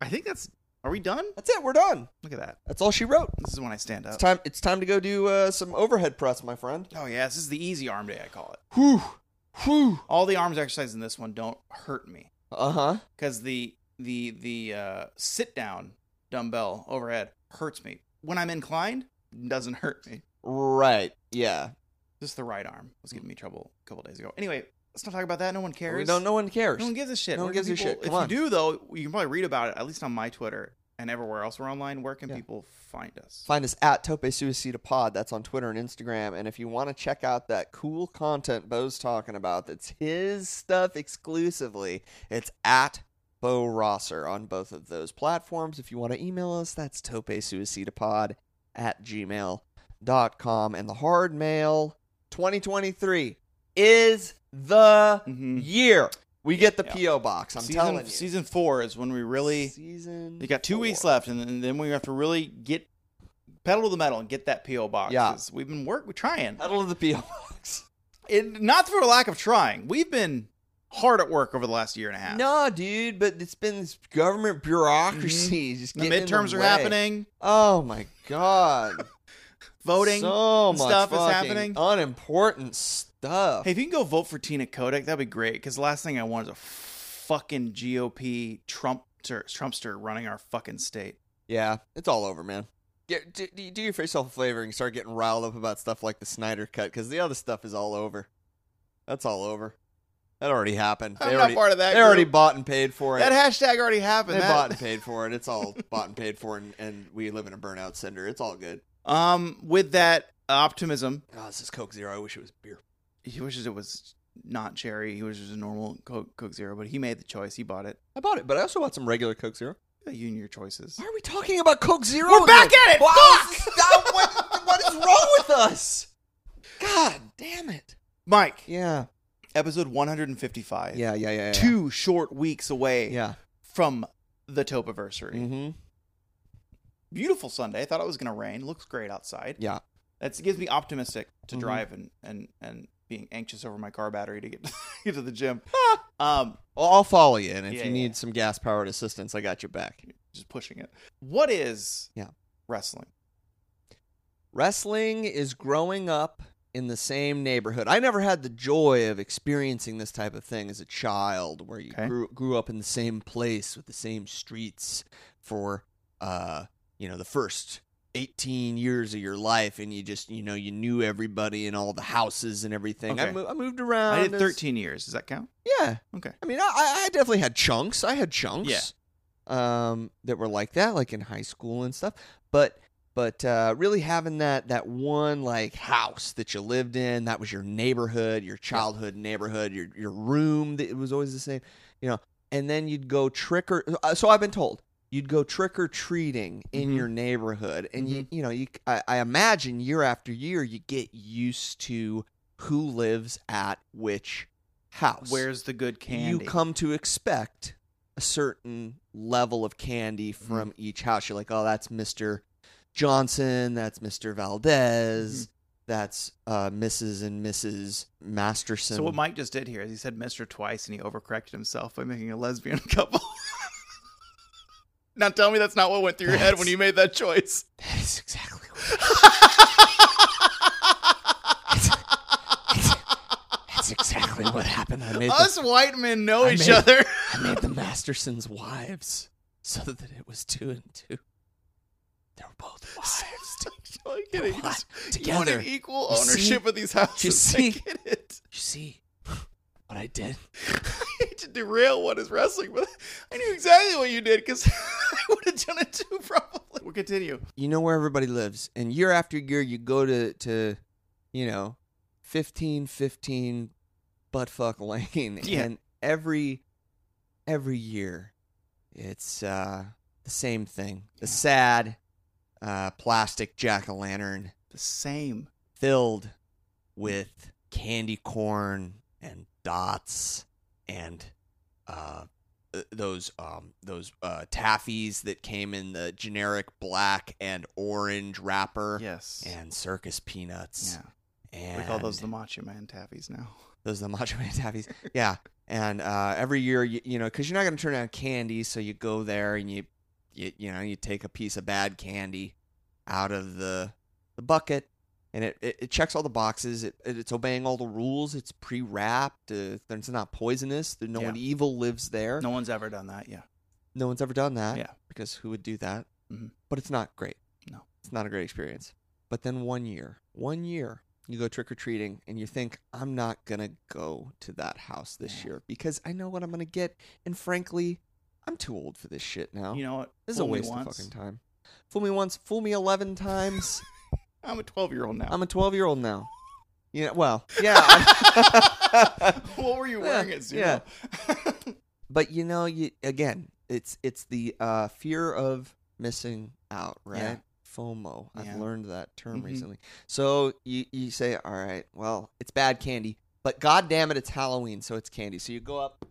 C: I think that's. Are we done?
B: that's it. We're done.
C: Look at that.
B: That's all she wrote.
C: This is when I stand
B: It's
C: up.
B: time. It's time to go do uh, some overhead press, my friend.
C: Oh yeah, this is the easy arm day. I call it.
B: Whew, whew.
C: All the arms exercises in this one don't hurt me.
B: Uh huh.
C: because the the the uh, sit down dumbbell overhead hurts me when I'm inclined. Doesn't hurt me.
B: Right. Yeah.
C: Just the right arm was giving me trouble a couple days ago. Anyway, let's not talk about that. No one cares.
B: We don't. No one cares.
C: No one gives a shit.
B: No one
C: Where can
B: gives a
C: people-
B: shit.
C: If
B: Come on.
C: you do though, you can probably read about it at least on my Twitter and everywhere else we're online. Where can
B: Yeah.
C: people find us?
B: Find us at Tope Suicida Pod. That's on Twitter and Instagram. And if you want to check out that cool content Bo's talking about, that's his stuff exclusively. It's at Bo Rosser on both of those platforms. If you want to email us, that's Tope Pod at gmail.com. And the hard mail 2023 is the
C: Mhm.
B: year. We get the
C: Yeah.
B: P.O. box. I'm
C: season
B: telling you.
C: season four is when we really
B: Season
C: you got two weeks
B: four.
C: left, and then, then we have to really get pedal to the metal and get that PO box.
B: Yeah.
C: 'cause We've been work, we're trying.
B: Pedal to the PO box.
C: It, not through a lack of trying. We've been hard at work over the last year and a half.
B: No, dude, but it's been this government bureaucracy. Just
C: Mm-hmm. the
B: getting in
C: midterms are
B: way.
C: happening.
B: Oh my god,
C: Voting.
B: so
C: and
B: much
C: stuff is
B: fucking
C: happening.
B: Unimportant stuff.
C: Hey, if you can go vote for Tina Kodak, that'd be great. Because the last thing I want is a fucking GOP Trumpster, Trumpster running our fucking state.
B: Yeah, it's all over, man. Get, do, do do yourself a favor and start getting riled up about stuff like the Snyder Cut because the other stuff is all over. That's all over. That already happened.
C: I'm
B: they
C: not
B: already,
C: part of that
B: They already
C: group.
B: bought and paid for it.
C: That hashtag already
B: they
C: happened. That-
B: bought and paid for it. It's all bought and paid for, and, and we live in a burnout cinder. It's all good.
C: Um, with that optimism,
B: Oh, this is Coke Zero. I wish it was beer.
C: he wishes it was not cherry. He wishes it was a normal Coke, Coke Zero, but he made the choice. He bought it.
B: I bought it, but I also bought some regular Coke Zero.
C: You and your choices.
B: Why are we talking about Coke Zero?
C: We're back
B: again?
C: at it.
B: Wow,
C: Fuck!
B: this is- that- what- what is wrong with us? God damn it.
C: Mike,
B: Yeah.
C: episode 155.
B: Yeah, yeah, yeah. yeah.
C: Two short weeks away
B: Yeah.
C: from the Topiversary.
B: Mm-hmm.
C: Beautiful Sunday. I thought it was going to rain. Looks great outside.
B: Yeah.
C: That gives me optimistic to
B: Mhm.
C: drive and, and, and being anxious over my car battery to get to, get to the gym.
B: Ah.
C: um,
B: Well, I'll follow you, and if
C: Yeah,
B: you
C: yeah.
B: need some gas powered assistance, I got your back.
C: just pushing it. What is
B: Yeah.
C: wrestling?
B: Wrestling is growing up in the same neighborhood. I never had the joy of experiencing this type of thing as a child, where you
C: Okay.
B: grew, grew up in the same place with the same streets for, uh, you know, the first. 18 years of your life and you just you know you knew everybody and all the houses and everything I,
C: Okay.
B: mo- I moved around
C: I did
B: It was-
C: 13 years. Does that count?
B: Yeah.
C: Okay.
B: I mean, I, I I definitely had chunks. I had chunks.
C: Yeah.
B: Um, that were like that, like in high school and stuff. But but uh, really having that that one like house that you lived in, that was your neighborhood, your childhood neighborhood, your your room. That it was always the same, you know. And then you'd go trick or uh, so I've been told. You'd go trick or treating in
C: Mhm.
B: your neighborhood, and
C: Mm-hmm.
B: you you know you I, I imagine year after year you get used to who lives at which house.
C: Where's the good candy?
B: Oh, You come to expect a certain level of candy
C: Mm-hmm.
B: from each house. You're like, oh, that's Mr. Johnson, that's Mr. Valdez, that's uh, Mrs. and Mrs. Masterson.
C: Mm-hmm. So what Mike just did here is he said Mister twice and he overcorrected himself by making a lesbian couple. now tell me that's not what went through your head when
B: That's-
C: you made that choice.
B: that is exactly what that's exactly what happened. I made, the,
C: Us white men know
B: I
C: each
B: made-
C: other.
B: I made the Mastersons wives so that it was two and two. They were both wives. dude.
C: I'm kidding. You
B: What?
C: just- You
B: Together.
C: wanted equal
B: You see?
C: ownership of these houses.
B: You
C: I
B: see?
C: get it.
B: You see what I did?
C: I hate to derail what is wrestling, but I knew exactly what you did because I would have done it too probably. We'll continue.
B: you know where everybody lives and year after year you go to to you know 15 15 buttfuck lane
C: Yeah.
B: and every every year it's uh the same thing the sad uh plastic jack-o'-lantern
C: The same.
B: filled with candy corn and dots and uh, th- those um, those uh, taffies that came in the generic black and orange wrapper
C: Yes.
B: and circus peanuts.
C: yeah.
B: And
C: We call those the Macho Man tappies now.
B: those are the Macho Man taffies. yeah, and uh, every year you, you know because you're not going to turn down candy, so you go there and you you you know you take a piece of bad candy out of the the bucket, and it it, it checks all the boxes. It, it it's obeying all the rules. It's pre wrapped. Uh, it's not poisonous. There, no
C: Yeah.
B: one evil lives there.
C: No one's ever done that. Yeah.
B: No one's ever done that.
C: Yeah.
B: Because who would do that?
C: Mhm.
B: But it's not great.
C: No.
B: It's not a great experience. But then one year, one year, you go trick or treating and you think, I'm not going to go to that house this year because I know what I'm going to get. And frankly, I'm too old for this shit now.
C: You know what?
B: this is a
C: Fool me
B: waste of
C: once.
B: fucking time. Fool me once, fool me 11 times.
C: I'm a 12 year old now.
B: I'm a 12 year old now. Yeah, well, yeah. I-
C: what were you
B: Yeah,
C: wearing at zero?
B: but you know you again it's it's the uh fear of missing out right
C: Yeah.
B: fomo i've
C: Yeah.
B: learned that term
C: Mhm.
B: recently so you you say all right well it's bad candy but god damn it it's halloween so it's candy so you go up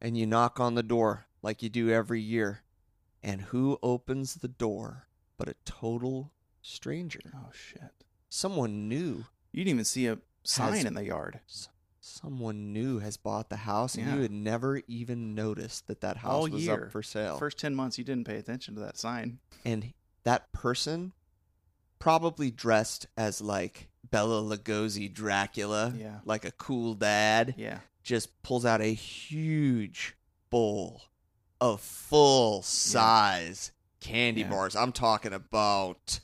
B: and you knock on the door like you do every year and who opens the door but a total stranger,
C: Oh shit!
B: someone new,
C: You didn't even see a sign
B: Has-
C: in the yard.
B: someone new has bought the house, and
C: Yeah.
B: you had never even noticed that that house
C: All
B: was
C: year.
B: up for sale.
C: First ten months, you didn't pay attention to that sign.
B: and that person probably dressed as like Bella Lugosi Dracula,
C: Yeah.
B: like a cool dad,
C: Yeah.
B: just pulls out a huge bowl of full size candy
C: Yeah.
B: bars. I'm talking about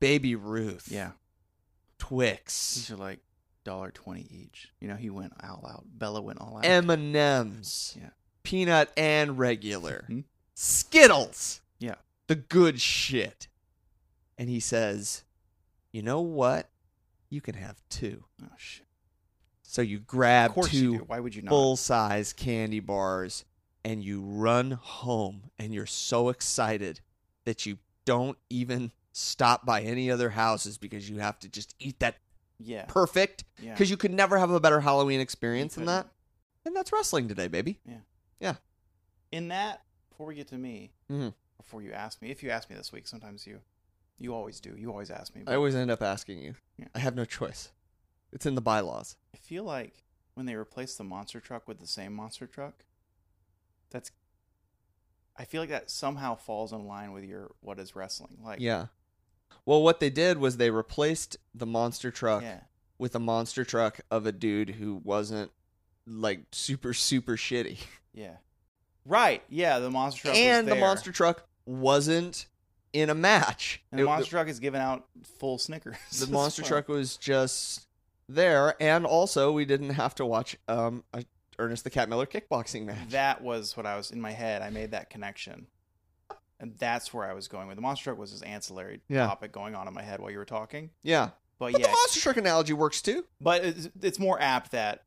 B: Baby Ruth,
C: Yeah. These
B: Twix,
C: are like dollar twenty each. You know, he went all out. Bella went all out.
B: M and M's,
C: Yeah.
B: peanut and regular,
C: Mhm.
B: Skittles,
C: Yeah.
B: the good shit. And he says, "You know what? You can have two.
C: oh shit!
B: So you
C: Of
B: grab
C: course you do.
B: two
C: Why would you not?
B: full size candy bars and you run home and you're so excited that you don't even stop by any other houses because you have to just eat that
C: Yeah.
B: perfect
C: Yeah.
B: because you could never have a better Halloween experience
C: You
B: than that. And that's wrestling today, baby.
C: in that before we get to me
B: Mhm.
C: before you ask me if you ask me this week sometimes you you always do you always ask me but
B: I always end up asking you.
C: Yeah.
B: I have no choice. It's in the bylaws.
C: I feel like when they replace the monster truck with the same monster truck that's i feel like that somehow falls in line with your what is wrestling like
B: Yeah. Well, what they did was they replaced the monster truck
C: yeah
B: with a monster truck of a dude who wasn't like super super shitty.
C: yeah right yeah the monster truck was
B: and the
C: there.
B: monster truck wasn't in a match.
C: and the
B: It-
C: monster truck is giving out full snickers
B: the
C: It's
B: monster
C: fun.
B: truck was just there, and also we didn't have to watch um a Ernest the Cat Miller kickboxing match.
C: that was what i was in my head i made that connection and that's where i was going with the monster truck was this ancillary
B: Yeah.
C: topic going on in my head while you were talking
B: yeah,
C: But,
B: but
C: yeah,
B: the monster truck analogy works too.
C: but it's, it's more apt that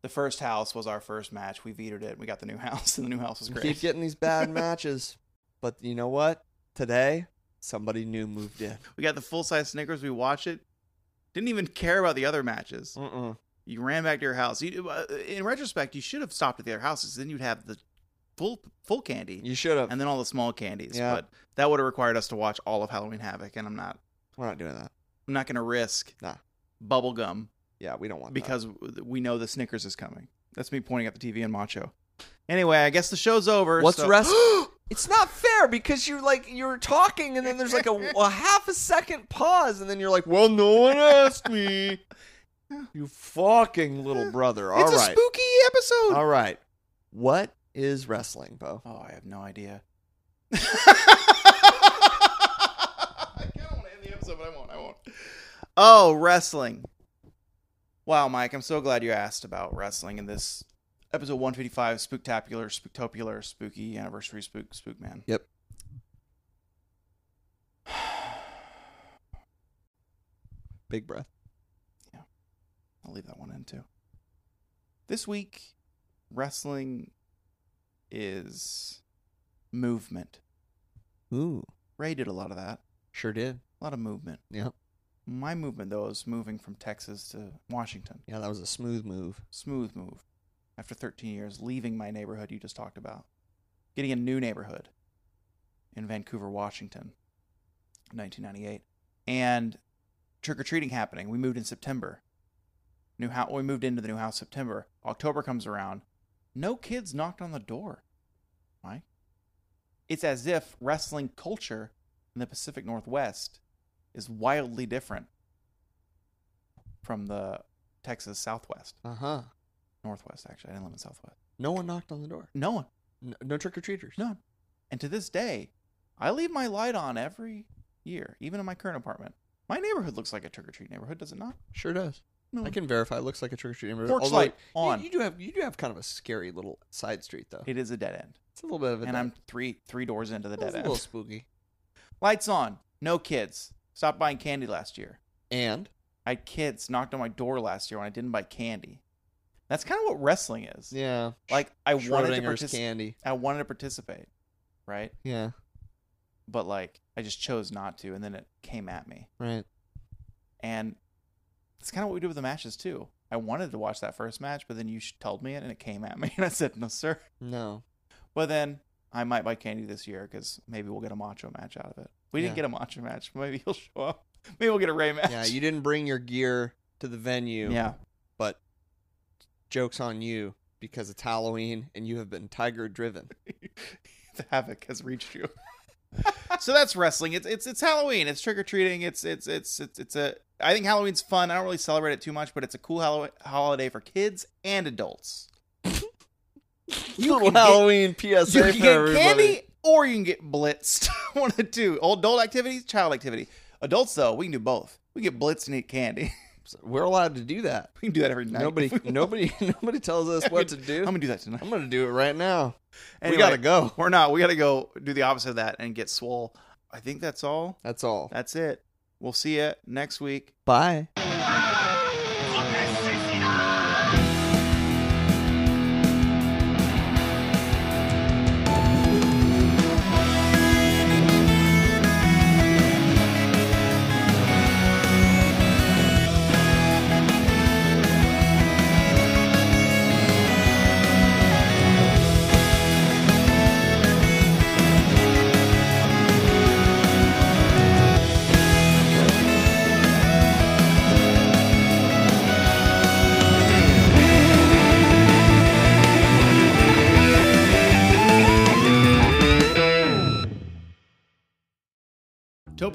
C: the first house was our first match. We vetoed it. We got the new house, and the new house was
B: We
C: great.
B: keep getting these bad matches, but you know what? Today somebody new moved in.
C: we got the full size Snickers. We watched it. Didn't even care about the other matches.
B: Mm-mm.
C: You ran back to your house. You, uh, in retrospect, you should have stopped at the other houses. Then you'd have the full full candy,
B: You should have.
C: and then all the small candies.
B: Yeah.
C: But that would have required us to watch all of Halloween Havoc, and I'm not.
B: We're not doing that.
C: I'm not going to risk
B: Nah.
C: bubble gum
B: Yeah, we don't want that.
C: because we know the Snickers is coming. That's me pointing at the TV and Macho. Anyway, I guess the show's over.
B: What's
C: so-
B: rest? it's not fair because you're like you're talking and then there's like a, a half a second pause and then you're like, well, no one asked me. you fucking little brother. All right,
C: it's a spooky episode.
B: all right. What is wrestling, Bo?
C: Oh, I have no idea. I kind of want to end the episode, but I won't. I won't. Oh, wrestling. Wow, Mike, I'm so glad you asked about wrestling in this episode 155, spooktacular, spooktopular, spooky anniversary, spook, spook man.
B: Yep. Big breath.
C: I'll leave that one in too. This week, wrestling is movement.
B: Ooh,
C: Ray did a lot of that.
B: sure did.
C: A lot of movement.
B: Yep.
C: My movement, though, is moving from Texas to Washington.
B: Yeah, that was a smooth move.
C: Smooth move. After 13 years, leaving my neighborhood you just talked about, getting a new neighborhood in Vancouver, Washington, 1998. And trick or treating happening. We moved in September. New house. We moved into the new house September. October comes around. No kids knocked on the door. Why? It's as if wrestling culture in the Pacific Northwest is wildly different from the Texas Southwest,
B: Uh huh.
C: Northwest. Actually, I didn't live in Southwest.
B: No one knocked on the door.
C: No one,
B: No, no trick or treaters.
C: none. And to this day, I leave my light on every year, even in my current apartment. My neighborhood looks like a trick or treat neighborhood, does it not?
B: Sure does.
C: No.
B: I can verify. It looks like a trick or treat neighborhood.
C: Porch
B: although
C: light
B: you-
C: on.
B: You, do have you do have kind of a scary little side street though.
C: It is a dead end.
B: It's a little bit of a
C: and I'm three three doors into the
B: That was
C: dead
B: a
C: end.
B: little spooky.
C: Lights on. No kids. Stopped buying candy last year.
B: And
C: I had kids knocked on my door last year when I didn't buy candy. That's kind of what wrestling is.
B: yeah,
C: Like I wanted to
B: Schrodinger's
C: participate.
B: candy.
C: I wanted to participate, right?
B: Yeah,
C: But like I just chose not to, and then it came at me.
B: right.
C: And it's kind of what we do with the matches too. I wanted to watch that first match, but then you sh- told me it, and it came at me, and I said no, sir.
B: No,
C: But then I might buy candy this year because maybe we'll get a macho match out of it. We didn't
B: Yeah.
C: get a macho match. Maybe he'll show up. Maybe we'll get a Ray match.
B: Yeah, you didn't bring your gear to the venue.
C: Yeah.
B: Joke's on you because it's Halloween and you have been tiger driven.
C: the havoc has reached you. so that's wrestling. It's it's it's Halloween. It's trick or treating. It's it's it's it's it's a. I think Halloween's fun. I don't really celebrate it too much, but it's a cool Hallow- holiday for kids and adults.
B: You
C: can get-
B: Halloween PSA
C: You
B: for
C: can get
B: everybody.
C: candy or you can get blitzed. One of the two. Old adult activities, child activity. Adults though, we can do both. We get blitzed and eat candy.
B: We're allowed to do that.
C: we can do that every night.
B: Nobody,
C: I'm
B: nobody, nobody tells us what to do.
C: gonna do that tonight.
B: I'm gonna do it right now.
C: Anyway,
B: we gotta go.
C: We're not. We gotta go do the opposite of that and get swole. I think that's all.
B: That's all.
C: That's it. We'll see you next week.
B: Bye.
C: Tope